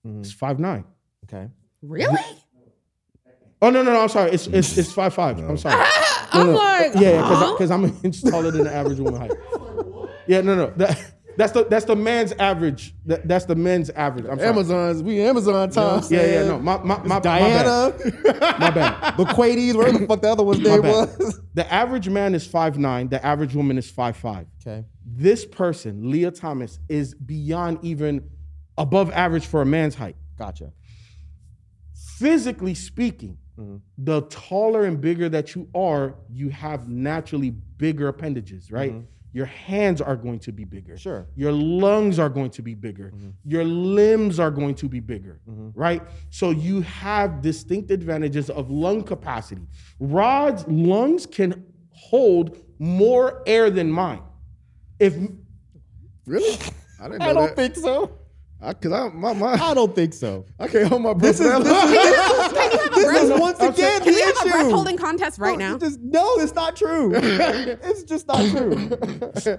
Mm-hmm.
is five nine.
Okay.
Really?
Oh no, no, no! I'm sorry. It's
Mm.
it's it's five five. I'm sorry.
I'm like,
Yeah, because I'm an inch taller than the average woman height. Yeah, no, no. That- that's the that's the man's average. That, that's the men's average. I'm sorry.
Amazon's we Amazon time.
Yeah, yeah, no. My my my,
Diana,
My bad. My bad.
the Quaides, where the fuck the other one's
My
name
bad.
was.
The average man is five nine. The average woman is five five.
Okay.
This person, Leah Thomas, is beyond even above average for a man's height.
Gotcha.
Physically speaking,
Mm-hmm.
the taller and bigger that you are, you have naturally bigger appendages, right? Your hands are going to be bigger.
Mm-hmm. Sure. Mm-hmm.
Your lungs are going to be bigger. Your limbs are going to be bigger, right? So you have distinct advantages of lung capacity. Rod's lungs can hold more air than mine. If
Really? I didn't know
I don't
that.
think so.
I, Cause I my, my
I don't think so.
I can't hold my breath. down.
This is once again the
We have a
issue.
breath holding contest right now.
It's just- no, it's not true. it's just not true.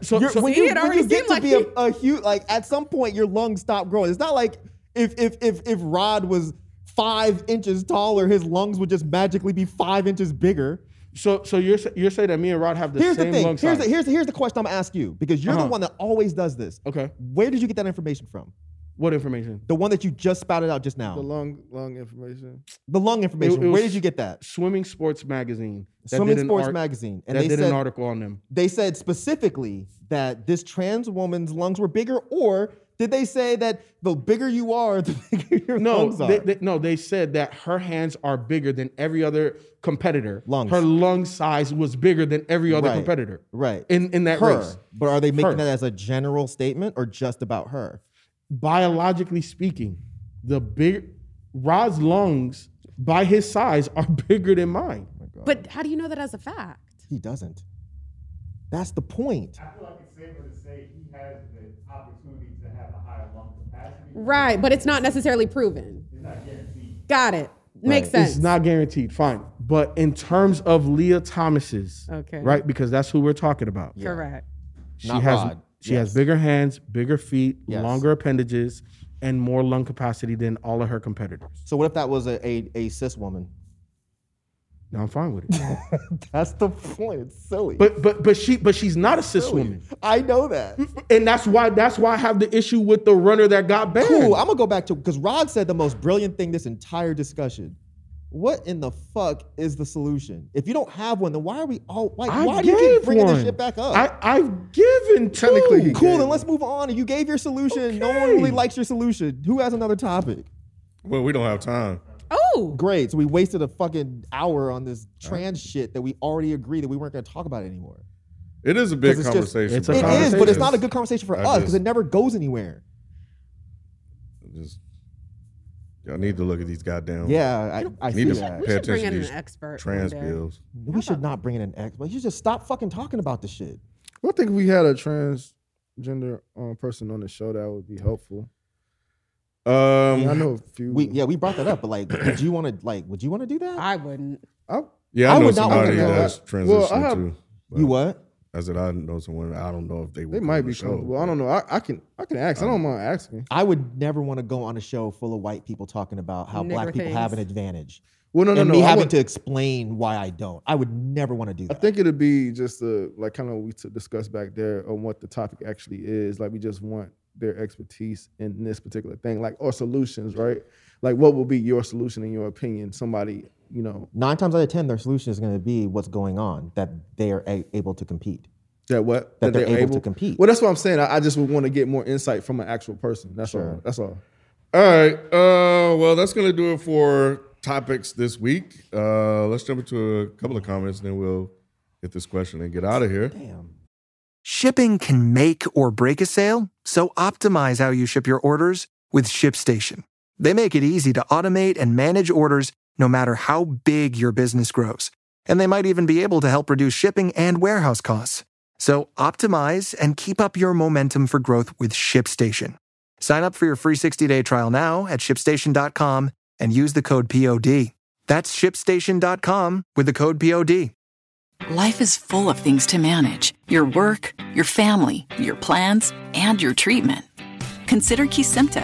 so,
You're-
so-
when,
See,
you,
it
when
already
you
seemed
get to
like
be a,
he-
a huge, like at some point your lungs stop growing. It's not like if if if if Rod was five inches taller, his lungs would just magically be five inches bigger.
so so you're sa- you're saying that me and Rod have the
Here's the
same
thing.
lung
Here's
size.
the, here's here's the question I'm gonna ask you because you're
Uh-huh.
the one that always does this.
okay.
Where did you get that information from?
What information?
The one that you just spouted out just now.
the lung lung information.
The lung information.
it was-
Where did you get that?
Swimming Sports Magazine. that
Swimming
did an
Sports
art-
Magazine, and
that
they
did
said-
an article on them.
They said specifically that this trans woman's lungs were bigger, or did they say that the bigger you are, the bigger your
No,
lungs are?
they, they- no, they said that her hands are bigger than every other competitor.
Lungs.
Her lung size was bigger than every other
Right.
competitor.
Right.
In in that
her.
race.
But are they making
Her.
that as a general statement or just about her?
Biologically speaking, the big Rod's lungs by his size are bigger than mine.
But how do you know that as a fact?
He doesn't. That's the point.
Right, but it's not necessarily proven. Got it. Makes
Right.
sense.
It's not guaranteed, fine. But in terms of Leah Thomas's,
Okay.
right? Because that's who we're talking about.
correct.
She
Not
has
Rod.
she has bigger hands, bigger feet,
Yes.
longer appendages, and more lung capacity than all of her competitors.
So what if that was a, a, a cis woman?
Now I'm fine with it.
That's the point. It's silly.
but but but she but she's not a cis woman.
I know that.
And that's why that's why I have the issue with the runner that got banned.
Cool. I'm gonna go back to because Rod said the most brilliant thing this entire discussion. What in the fuck is the solution? If you don't have one, then why are we all like?
I
why do
gave
you keep bringing
one.
this shit back up?
I, I've given two.
Technically, he
cool.
gave
Then let's move on. You gave your solution. No one
Okay.
really likes your solution. Who has another topic?
Well, we don't have time.
Oh,
Great. So we wasted a fucking hour on this trans shit that we already agreed that we weren't going to talk about anymore.
It is a big
'Cause it's just-
conversation.
It's a
It is,
conversation.
but it's not a good conversation for
I
us because
just-
it never goes anywhere.
Just, y'all need to look at these goddamn.
Yeah, I, I see
Need to
that.
We
pay
should bring
attention
in
to
an
these
expert
trans
one day.
bills.
We should not bring in an ex. But you just stop fucking talking about the shit.
Well, I think if we had a transgender um, person on the show, that would be helpful.
Um,
Yeah, I know a few.
We yeah, we brought that up, but like, would you want to like, would you want to do that?
I wouldn't.
I,
yeah, I,
I
know
would not want
somebody
to know
that's
that.
transitioning
Well, I have-
too. but
you what?
I said I know someone. I don't know if they. would
they
come
might
on the
be
show,
comfortable. I don't know. I, I can I can ask. I
Um,
don't mind asking.
I would never want to go on a show full of white people talking about how black
Nigger
people have an
things.
advantage.
Well, no, no,
and
no.
me
I
having
would-
to explain why I don't. I would never want to do
I
that.
think it'd be just uh like kind of we to discuss back there on what the topic actually is. Like we just want their expertise in this particular thing, like or solutions, right? Like what will be your solution in your opinion? Somebody, you know,
Nine times out of ten, their solution is going to be what's going on that they are a- able to compete.
that what
That they're able to compete.
Well, that's what I'm saying. I, I just would want to get more insight from an actual person. That's all. That's all.
All right. Uh, well, that's going to do it for topics this week. Uh, let's jump into a couple of comments, and then we'll hit this question and get out of here.
Shipping can make or break a sale, so optimize how you ship your orders with ShipStation. They make it easy to automate and manage orders no matter how big your business grows. And they might even be able to help reduce shipping and warehouse costs. So optimize and keep up your momentum for growth with ShipStation. Sign up for your free 60-day trial now at shipstation.com and use the code POD. That's shipstation.com with the code POD.
Life is full of things to manage your work, your family, your plans, and your treatment. Consider Kisimta,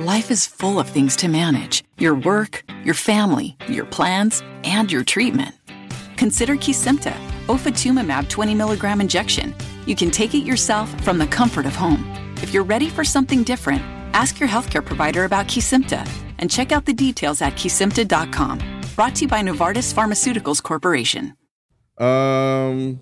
Life is full of things to manage your work, your family, your plans, and your treatment. Consider Kesimpta, ofatumumab 20 milligram injection. You can take it yourself from the comfort of home. If you're ready for something different, ask your healthcare provider about Kesimpta and check out the details at kesimpta.com. Brought to you by Novartis Pharmaceuticals Corporation.
Um,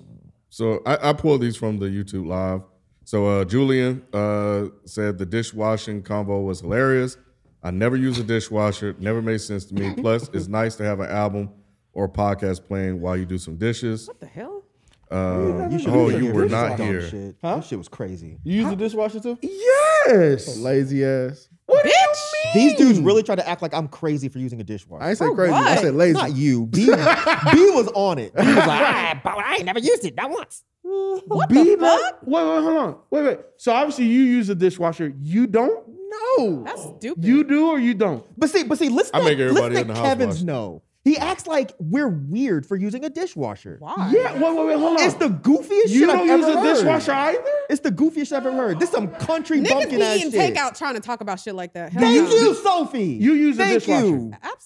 so I, I pulled these from the YouTube live. So uh, Julian uh, said the dishwashing combo was hilarious. I never use a dishwasher; It never made sense to me. Plus, it's nice to have an album or a podcast playing while you do some dishes.
What the hell?
Uh,
should
oh,
use a
you were
dishwasher.
not
Dumb
here.
Shit. That shit was crazy.
You use the dishwasher too?
Yes.
Lazy ass.
What do you mean? These dudes really try to act like I'm crazy for using a
I
dishwasher.
ain't say crazy. I
what?
said lazy.
Not you. B, B was on it. B was like, ah, but I ain't never used it, not once.
Mm-hmm.
What B, the fuck? Wait, wait, hold on. Wait, wait. So obviously you use the dishwasher. You don't? No.
That's stupid.
You do or you don't?
But see, but see, let's
I
let
make everybody
let's
in the
let
house
Kevin's
wash.
know. He acts like we're weird for using a dishwasher.
Why?
Yeah. Wait, wait, wait. Hold on.
It's the goofiest
you
shit
don't
I've
use
ever
a
heard.
dishwasher either.
It's the goofiest shit I've ever heard. This some country
Niggas
bumpkin ass
be
shit.
in takeout trying to talk about shit like that. Hell
Thank
no.
you, Sophie.
You use a
Thank
dishwasher.
you.
Absolutely.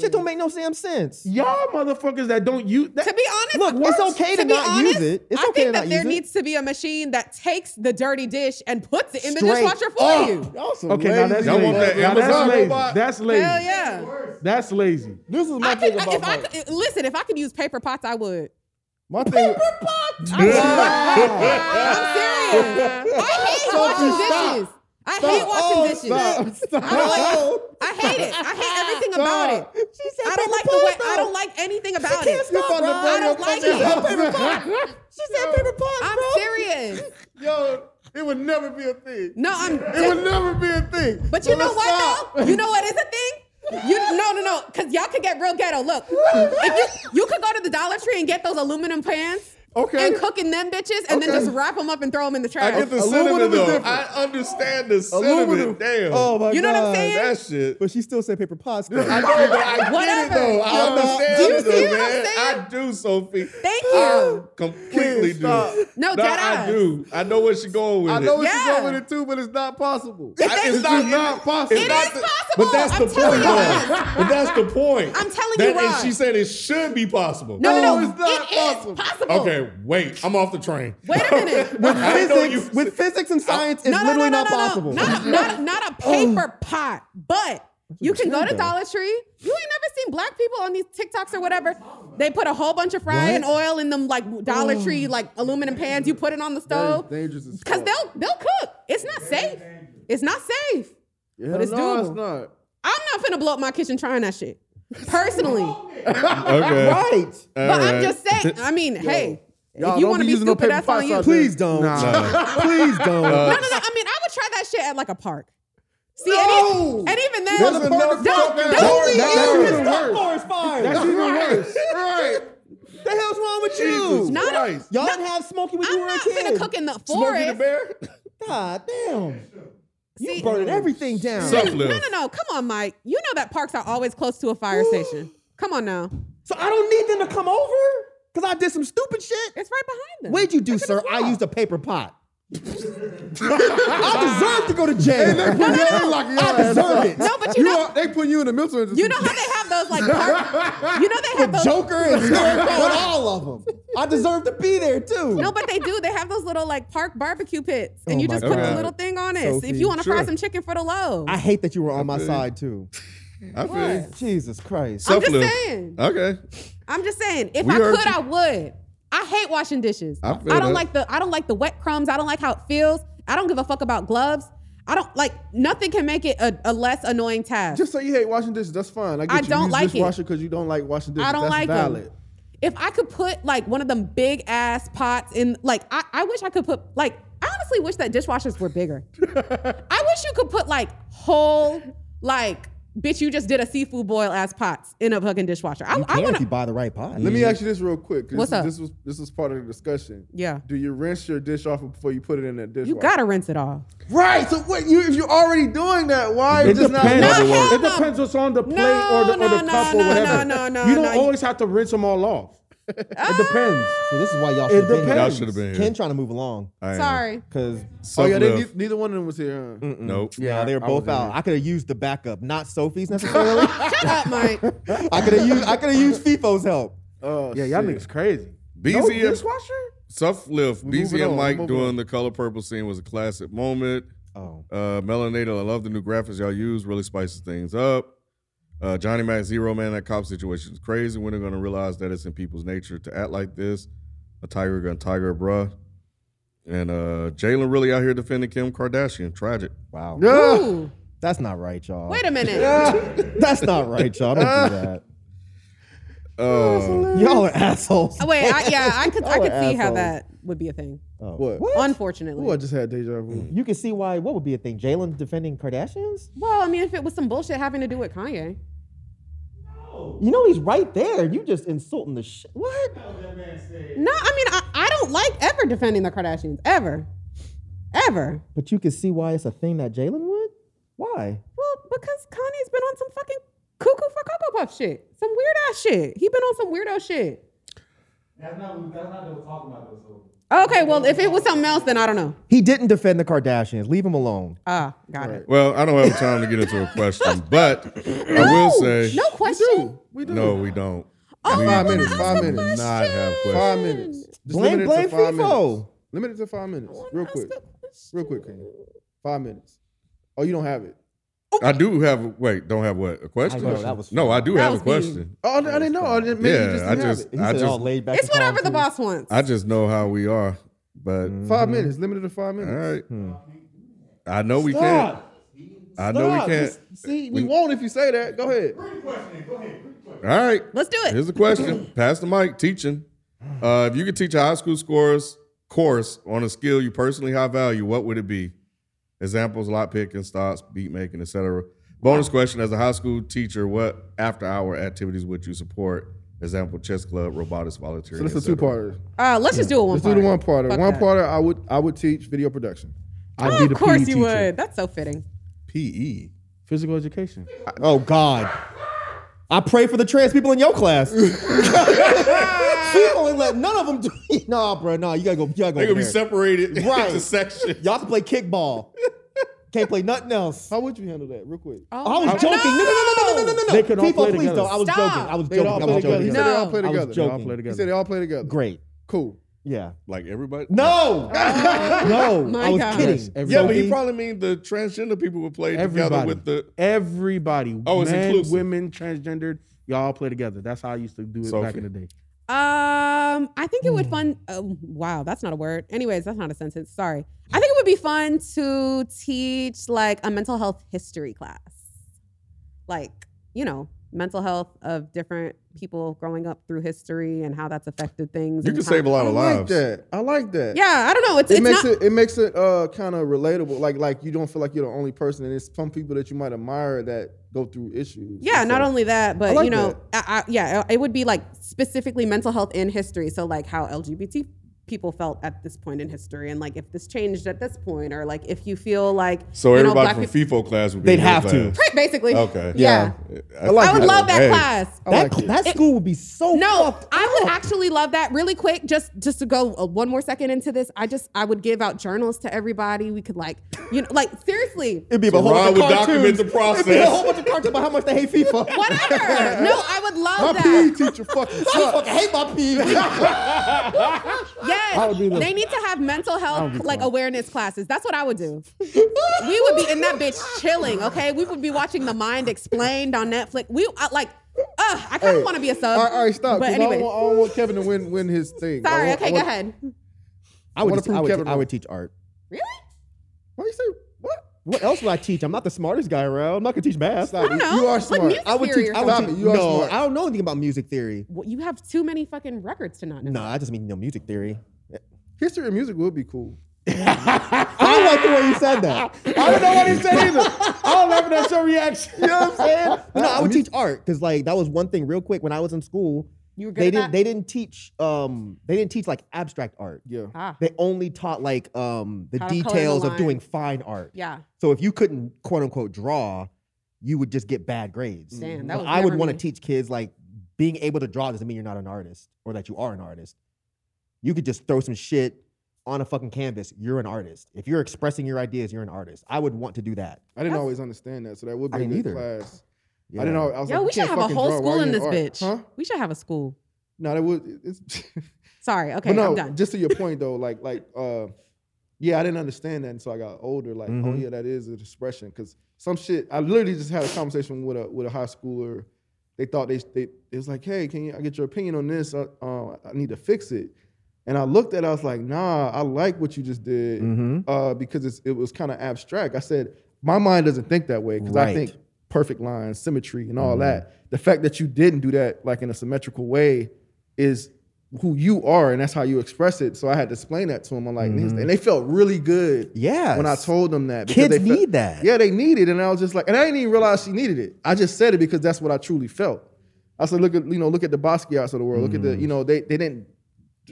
Shit don't make no damn sense.
Y'all motherfuckers that don't use that.
To be honest,
Look, it's
first,
okay to
be
not use it. It's
I
okay
think
to
that
not
there
use it.
needs to be a machine that takes the dirty dish and puts it in the
Straight
dishwasher for
up.
you.
Y'all some
Okay, now that's
lazy.
Y'all
lazy.
want that
Now
Amazon
that's lazy.
robot?
That's lazy.
Hell yeah.
That's lazy.
This is my
I
thing
could,
about
if I
my,
could, listen, if I could use paper pots, I would.
my thing.
I would. I'm serious. I hate washing
stop.
dishes. I
Stop.
hate washing
Oh,
dishes.
stop. Stop.
I, don't like, I hate it. I hate everything about it.
She said
I don't
paper
like the way.
pots,
I
though.
don't like anything about
can't
it.
stop,
I
bro.
don't like it.
paper pot. She said paper pot,
I'm
bro.
serious.
Yo, it would never be a thing.
No, I'm.
It would never be a thing.
But you
So
know
let's
what
stop.
though? You know what is a thing? You no no no, cause y'all could get real ghetto. Look, if you you could go to the Dollar Tree and get those aluminum pans
Okay.
and cook in them bitches and then
Okay.
just wrap them up and throw them in the
I
trash.
get the
Aluminum
sentiment
is
though.
different.
I understand the
Aluminum.
sentiment. Damn.
Oh my
You know what I'm
God.
saying?
that shit.
But she still said paper pots. though.
I know, but I get
Whatever.
it though. I
Yo,
understand
do you
it though,
see what I'm
man.
saying?
I do, Sophie.
Thank
I
you.
completely do.
Stop.
No,
Nah,
dead
I
ass.
do. I know where she's going with
I
it.
know what
Yeah.
you're going with it too, but it's not possible.
I-
It's
it's not,
not possible.
it's
It
not
is
the-
possible.
But that's
I'm
the
telling
point,
you
though. But that's the point.
I'm telling
That-
you
And
why.
she said it should be possible.
No, no, no.
No, it's not
It is
possible.
possible.
Okay, wait. I'm off the train.
Wait a minute.
with,
I know
physics,
you-
with physics and science, it's
no, no, no,
literally
no,
not
no, no.
possible. Oh.
Not a, not, a, not a paper pot, but you can go to Dollar Tree. You ain't never seen black people on these TikToks or whatever. They put a whole bunch of frying oil in them like Dollar
Oh.
Tree like aluminum pans. You put it on the stove
dangerous as
because
fuck.
they'll they'll cook. It's not safe. It's not safe.
Hell
it's
no,
doable.
it's not.
I'm not finna blow up my kitchen trying that shit personally.
Okay.
right.
but I'm just saying. I mean, hey,
Y'all
if you
don't
want to
be
be
using no
stupid,
paper
that's
pots
on you.
out there.
Please don't. Please don't.
No, no, no. I mean, I would try that shit at like a park. See,
No!
and, e- and even then,
That's enough
don't,
fuck that
don't
party.
leave-
That's
you
even
can stop
worse.
forest fires.
That's even worse.
Right.
the hell's wrong with
Jesus
you?
Not a-
Christ.
Y'all didn't have smoky when you
I'm
were a
not
kid.
finna cook in the
Smokey the
forest.
Bear?
God damn.
See,
Burning everything down.
Suck
no, no,
live.
no. Come on, Mike. You know that parks are always close to a fire station. Come on now.
So I don't need them to come over because I did some stupid shit.
It's right behind them.
What'd you do,
Look at
sir?
this wall.
I used a paper pot. I deserve to go to jail.
No, no, no. Locking your
I
ass
deserve
up.
it.
No, but you know,
They put you in the mental
you
institution.
know how they have those like park. You know they have those.
Joker and Scarecrow and all of them. I deserve to be there too.
No, but they do. They have those little like park barbecue pits, and
Oh
you
my
just put
God.
the little thing on it. if
Sophie,
you want to fry
sure.
some chicken for the low,
I hate that you were on my side too.
I feel you.
Jesus Christ.
I'm just
Self-love.
saying.
Okay.
I'm just saying, if
We
I
heard
could,
you.
I would. I hate washing dishes.
I
I,
feel
don't
that.
like the I don't like the wet crumbs. I don't like how it feels. I don't give a fuck about gloves. I don't like nothing can make it a, a less annoying task.
Just say you hate washing dishes. That's fine. I, get
I
you.
don't
Use
like it.
dishwasher because you don't like washing dishes.
I don't
That's
like 'em.
valid.
If I could put like one of them big ass pots in, like I, I wish I could put like I honestly wish that dishwashers were bigger. I wish you could put like whole like Bitch, you just did a seafood boil as pots in a fucking dishwasher. I,
You
I
can
want
if you
to.
buy the right pot.
Let me ask you this real quick. 'cause
What's
this,
up?
This was this was part of the discussion.
Yeah.
Do you rinse your dish off before you put it in that dish?
You gotta rinse it off.
right. So what? You if you're already doing that, why
It
is just
depends.
not?
No, hell
it
no.
depends what's on the plate
No,
or the, or the
no,
cup
no,
or
no,
whatever.
no, no,
you
no, Ah.
don't
no.
always have to rinse them all off. it depends.
See, this is why y'all should have
It
been
depends.
here.
Y'all should have been here.
Ken trying to move along
I am.
Sorry.
because
Oh yeah,
Self-love.
they, ne- neither one of them was here. Huh?
Nope.
yeah, they were
I
both
wasn't
out. I could have used the backup, not Sophie's necessarily.
Shut up, Mike.
I could have used I could have used FIFO's help.
Oh
Yeah, y'all
shit.
niggas crazy.
BZ and
dishwasher.
Self-lift. BZ
moving
and
on,
Mike
we're moving
doing
on.
the color purple scene was a classic moment.
Oh,
Uh, Melanated, I love the new graphics y'all use. Really spices things up. Uh, Johnny Mac Zero, man, that cop situation is crazy. When they're going to realize that it's in people's nature to act like this. A tiger gun, tiger, bruh. And uh, Jalen really out here defending Kim Kardashian. Tragic.
wow.
Ooh,
That's not right, y'all.
wait a minute.
That's not right, y'all. Don't do that.
Uh,
Y'all are assholes.
Oh, Wait, I, yeah, I could, I
Y'all
could
are
see how
assholes.
that would be a thing.
Oh.
What?
Unfortunately.
Ooh, I just had deja vu.
You can see why. What would be a thing? Jalen defending Kardashians?
Well, I mean, if it was some bullshit having to do with Kanye.
You know he's right there. You just insulting the shit. What?
No, I mean, I, I don't like ever defending the Kardashians. Ever. Ever.
But you can see why it's a thing that Jalen would. Why?
Well, because Kanye's been on some fucking cuckoo for Cocoa Puff shit. Some weird ass shit. He been on some weirdo shit. That's not, that's not what we're talking about, Okay, well, if it was something else, then I don't know.
He didn't defend the Kardashians. Leave him alone.
Ah, got it.
well, I don't have time to get into a question, but I will say
No question.
We do.
no, we don't.
Oh,
we
Five
do
minutes. Five minutes.
Not have
Five
questions.
minutes. Just
Blame-
limit it
blame
to five
FIFO.
minutes. Limit it to five minutes. Real quick.
question.
Real quick, King. Five minutes. Oh, you don't have it.
I do have. Wait, don't have what a question?
know, that was-
no, I do
That
have a
was me.
question.
Oh, I, I didn't know. I didn't. Maybe you
Yeah,
just
I
didn't have
just-
it.
He
I
said
just-
all laid back.
It's
and calm,
whatever the
too.
boss wants.
I just know how we are, but
5 minutes. Limited to five
all
minutes.
right. I know we can't.
Stop.
I know we
Stop.
can't.
See, we won't if you say that. Go ahead.
All right.
Let's do it.
Here's the question. Pass the mic. Teaching. Uh, if you could teach a high school scores course on a skill you personally high value, what would it be? Examples: lot picking, stocks, beat making, etc. Bonus question: As a high school teacher, what after-hour activities would you support? Example: chess club, robotics, volunteering.
So this is a
et cetera.
two-parter.
Uh, let's just do a one.
Let's do the one parter.
Fuck
one
that.
parter. I would. I would teach video production.
I'd
Oh,
be
of
the
course
PE
you
teacher.
would. That's so fitting.
PE.
Physical education.
Oh God. I pray for the trans people in your class. people let none of them do. Nah, bro. Nah, you gotta go. You gotta go.
They're
over
gonna be
there.
separated
Right.
into sections.
Y'all can play kickball. Can't play nothing else. I
How would you handle that, real quick?
Oh,
was
my-
joking. No, no, no, no, no, no, no, no.
They could all
FIFA,
play
please
together.
don't. I was
Stop.
joking. I was
They could
joking.
all
I
play
was
together.
joking.
He
No.
said they all play
I
was
together.
joking.
Y'all play
He
together.
said they all play together.
Great.
Cool.
Yeah.
Like everybody.
No. no.
Oh. my
I was
God.
kidding.
Yes, every-
Yeah, but
Sophie.
he probably mean the transgender people would play together
Everybody.
with the.
Everybody.
Oh, it's
men,
inclusive.
women, transgendered. Y'all play together. That's how I used to do it back
Sophie.
in the day.
Um, I think it would fun. oh, wow, that's not a word. Anyways, that's not a sentence. Sorry. I think it would be fun to teach like a mental health history class, like you know, mental health of different people growing up through history and how that's affected things.
You
and
could
how-
save a lot
I
of
like
lives.
that. I like that.
Yeah, I don't know. It's
It
it's
makes
not.
it it makes it uh kind of relatable. Like like you don't feel like you're the only person, and it's some people that you might admire that go through issues.
Yeah,
And
not
so-
only that, but
like
you know, I, I, yeah, it would be like specifically mental health in history. So like how LGBT people felt at this point in history, and like if this changed at this point, or like if you feel like
So
you know,
everybody
black
from
peop-
FIFO class would be.
They'd
in your
have to.
class.
basically,
Okay.
yeah.
I,
I would love that class. Oh
I
That,
like it.
that school would be so
No,
fucked
I would
up.
actually love that. Really quick, just just to go uh, one more second into this, I just I would give out journals to everybody. We could like, you know, like seriously,
It'd be a
So
whole
Ron
bunch of
would document
cartoons.
the process.
It'd be a whole bunch of cartoons about how much they hate FIFA.
whatever. no, I would
my
love
PE
that.
teacher fucking
I
sucks.
fucking hate my
Yes, they need to have mental health like awareness classes. That's what I would do. we would be in that bitch chilling. Okay, we would be watching The Mind Explained on Netflix. We I, like, uh, I kind of want to be a sub.
All right, all right, stop.
But
'cause I,
anyway,
don't want, I don't want Kevin to win win his thing. I
sorry.
want- I
okay, go
want-
ahead.
I would,
wanna
just,
prove
I, would,
Kevin
I
wrong.
would teach art.
Really?
Why you say what?
What else would I teach? I'm not the smartest guy around. I'm not gonna teach math.
Stop.
don't
You-
know.
You are
Like
smart.
music
I would
theory
teach.
or
I would
something.
teach.
You are
No,
smart.
I don't know anything about music theory.
Well, you have too many fucking records to not know.
No, I just mean you know music theory.
History and music would be cool.
I don't like the way you said that.
I don't know what he said either. I don't ever that's your reaction.
You know what I'm saying? No, I would teach art because like that was one thing. Real quick, when I was in school,
You were good
they
at
didn't
that?
they didn't teach um they didn't teach like abstract art. Yeah.
Ah.
They only taught like um the
How to color the
details of
line.
doing fine art.
Yeah.
So if you couldn't quote unquote draw, you would just get bad grades.
Damn, that
But
was
I would
never
want to
me.
teach kids like being able to draw doesn't mean you're not an artist or that you are an artist. You could just throw some shit on a fucking canvas. You're an artist. If you're expressing your ideas, you're an artist. I would want to do that.
I didn't always understand that, so that would
I
be a
didn't
good
either.
class. I didn't know. I was
Yo,
like,
we
you
should
can't
have a
fucking
whole
draw while
school in
you're
this
art.
bitch.
Huh?
We should have a school.
No, that would. It's,
Sorry. Okay,
but no,
I'm done.
just to your point though, like like uh, yeah, I didn't understand that until I got older. Like, oh
Mm-hmm.
yeah, that is an expression because some shit. I literally just had a conversation with a with a high schooler. They thought they they it was like, hey, can you, I get your opinion on this? Uh, uh, I need to fix it. And I looked at, it, I was like, nah, I like what you just did
Mm-hmm.
Mm-hmm.
uh, because it's, it was kind of abstract. I said, my mind doesn't think that way because I
Right. Mm-hmm.
think perfect lines, symmetry, and all that. The fact that you didn't do that like in a symmetrical way is who you are, and that's how you express it. So I had to explain that to them. I'm like, "This-" and they felt really good.
Mm-hmm. Yes.
when I told them that because
Kids
they fe-
need that.
Yeah, they need it, and I was just like, and I didn't even realize she needed it. I just said it because that's what I truly felt. I said, look at you know, look at the Basquiat's of the world. Look at the
Mm-hmm.
you know, they they didn't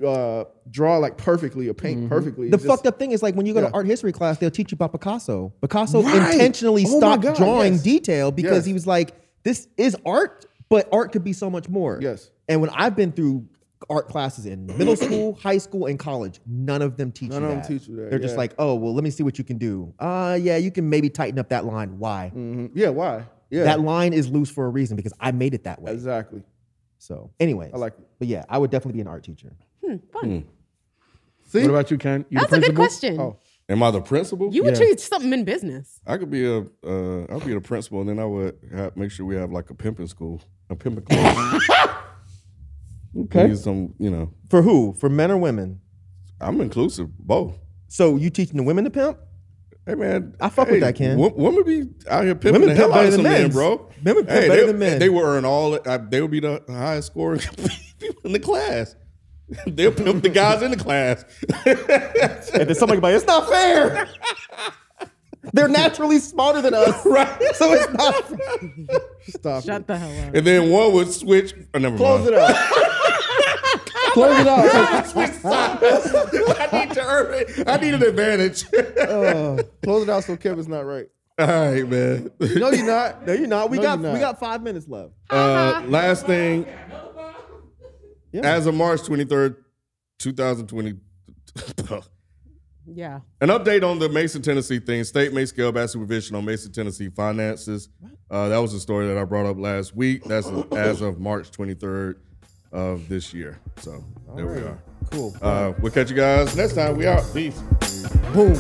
uh, draw like perfectly or paint perfectly.
Mm-hmm. The
It's just-
fucked up thing is like when you go
Yeah.
to art history class, they'll teach you about Picasso. Picasso
Right.
intentionally
Oh my
stopped
God,
drawing
yes.
detail because
Yes.
he was like, this is art, but art could be so much more.
Yes.
And when I've been through art classes in middle school, high school, and college, none of them teach
None
you
of them
that.
teach you that,
They're just
yeah.
like, oh, well, let me see what you can do. Uh, yeah, you can maybe tighten up that line. Why?
Mhm. Yeah, why? Yeah,
That line is loose for a reason because I made it that way.
exactly.
So, anyways.
I like it.
But yeah, I would definitely be an art teacher.
Fun.
See,
What about you, Ken? You the
That's a good
principal?
question.
Oh.
Am I the principal?
You would treat something in business.
I could be a uh, I'll be the principal, and then I would have, make sure we have like a pimping school, a pimping club. okay. Some, you know,
For who? For men or women?
I'm inclusive, both.
So you teaching the women to pimp?
Hey man,
I fuck with
hey,
that, Ken.
wo- women be out here pimping
Women
the
pimp
hell out
better
of some
than
men,
men's.
bro.
Women pimp
Hey,
better
they,
than men.
They would earn all. uh, They would be the highest scoring people in the class. They'll pimp the guys in the class.
And then somebody like, it's not fair. They're naturally smarter than us. right. So it's not fair.
stop
Shut
it.
the hell up.
and then one would switch. Oh, never
Close
mind.
it out. Close it out.
Switch sides. I need to earn it. I need an advantage.
Close it out so Kevin's not right.
all right, man.
No, you're not.
No, you're not. We
No,
got
you're not.
we got five minutes left.
Uh, last thing, as of March 23rd, 2020,
Yeah.
an update on the Mason, Tennessee thing. State may scale back supervision on Mason, Tennessee finances. Uh, that was a story that I brought up last week. That's as of March 23rd of this year. So there we are.
Cool.
Uh, we'll catch you guys next time. We out. Peace.
Boom.